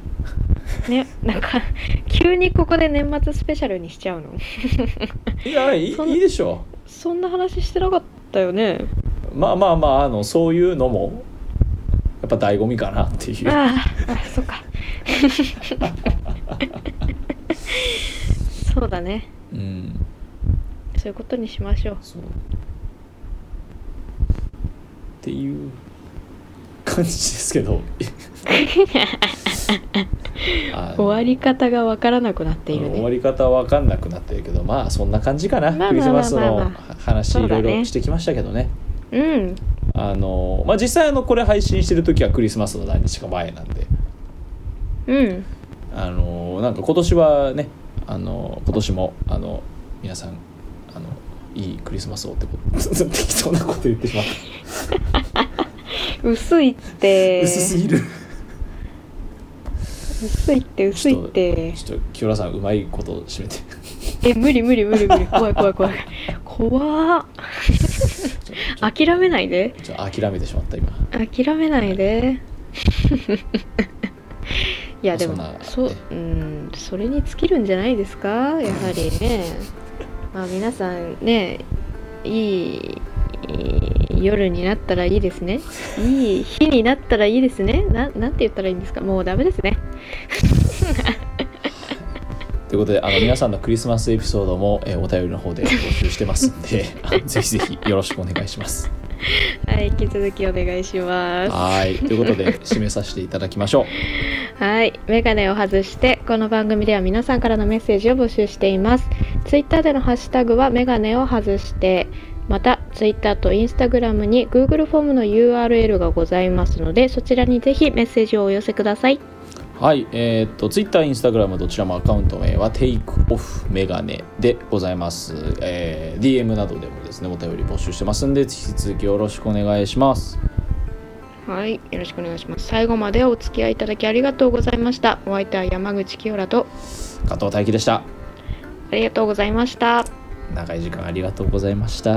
Speaker 1: ねなんか急にここで年末スペシャルにしちゃうの
Speaker 2: いや、いい
Speaker 1: そんない
Speaker 2: いでしょ
Speaker 1: そんな話してなかったよね
Speaker 2: う。まあまあまあ、あの、そういうのも、やっぱ醍醐味かなっていう。
Speaker 1: あああそっ かそうだね
Speaker 2: うん。
Speaker 1: そういうことにしましょう
Speaker 2: そうっていう感じです けどあの
Speaker 1: 終わり方がわからなくなっている
Speaker 2: 終わ
Speaker 1: ね
Speaker 2: り方は分かんなくなってるけどまあそんな感じかな、
Speaker 1: まあまあ
Speaker 2: クリスマス
Speaker 1: まあまあ
Speaker 2: の
Speaker 1: ま
Speaker 2: 話
Speaker 1: そ
Speaker 2: いうろ
Speaker 1: だ
Speaker 2: い
Speaker 1: ね
Speaker 2: ろしてきましたけどね
Speaker 1: うん
Speaker 2: あのまあ実際あのこれ配信してる時はクリスマスの何日か前なんで
Speaker 1: うん
Speaker 2: あのなんか今年はねあの今年もあの皆さんあのいいクリスマスをってこと 適当なこと言ってしまった
Speaker 1: 薄いって
Speaker 2: 薄すぎる
Speaker 1: 薄いって薄いって
Speaker 2: ちょっと清原さんうまいこと締めて
Speaker 1: え無理無理無理無理怖い怖い怖い怖っ
Speaker 2: ちょ っ
Speaker 1: 諦めないで
Speaker 2: とちょっと諦めてしまった今
Speaker 1: 諦めない でいやでも
Speaker 2: まあそ
Speaker 1: そ
Speaker 2: ん
Speaker 1: う
Speaker 2: なね
Speaker 1: うんそれに尽きるんじゃないですかやはりねままあ、皆さんねいいいい夜になったらいいですねいい日になったらいいですねななんて言ったらいいんですかもうダメですね
Speaker 2: ということであの皆さんのクリスマスエピソードも、えーお便りの方で募集してますん で あのぜひぜひよろしくお願いします。
Speaker 1: はい引き続きお願いします
Speaker 2: はいということで締めさせていただきましょう。
Speaker 1: はい、メガネを外してこの番組では皆さんからのメッセージを募集しています。ツイッターでのハッシュタグはメガネを外して、またツイッターとインスタグラムに Google フォームの URL がございますので、そちらにぜひメッセージをお寄せください。
Speaker 2: はい、えーっと、Twitter、Instagram どちらもアカウント名は TakeOff メガネでございます、えー DM などでもですね、お便り募集してますんで、引き続きよろしくお願いします。
Speaker 1: はい、よろしくお願いします。最後までお付き合いいただきありがとうございました。お相手は山口清良と
Speaker 2: 加藤大輝でした。
Speaker 1: ありがとうございました。
Speaker 2: 長い時間ありがとうございました。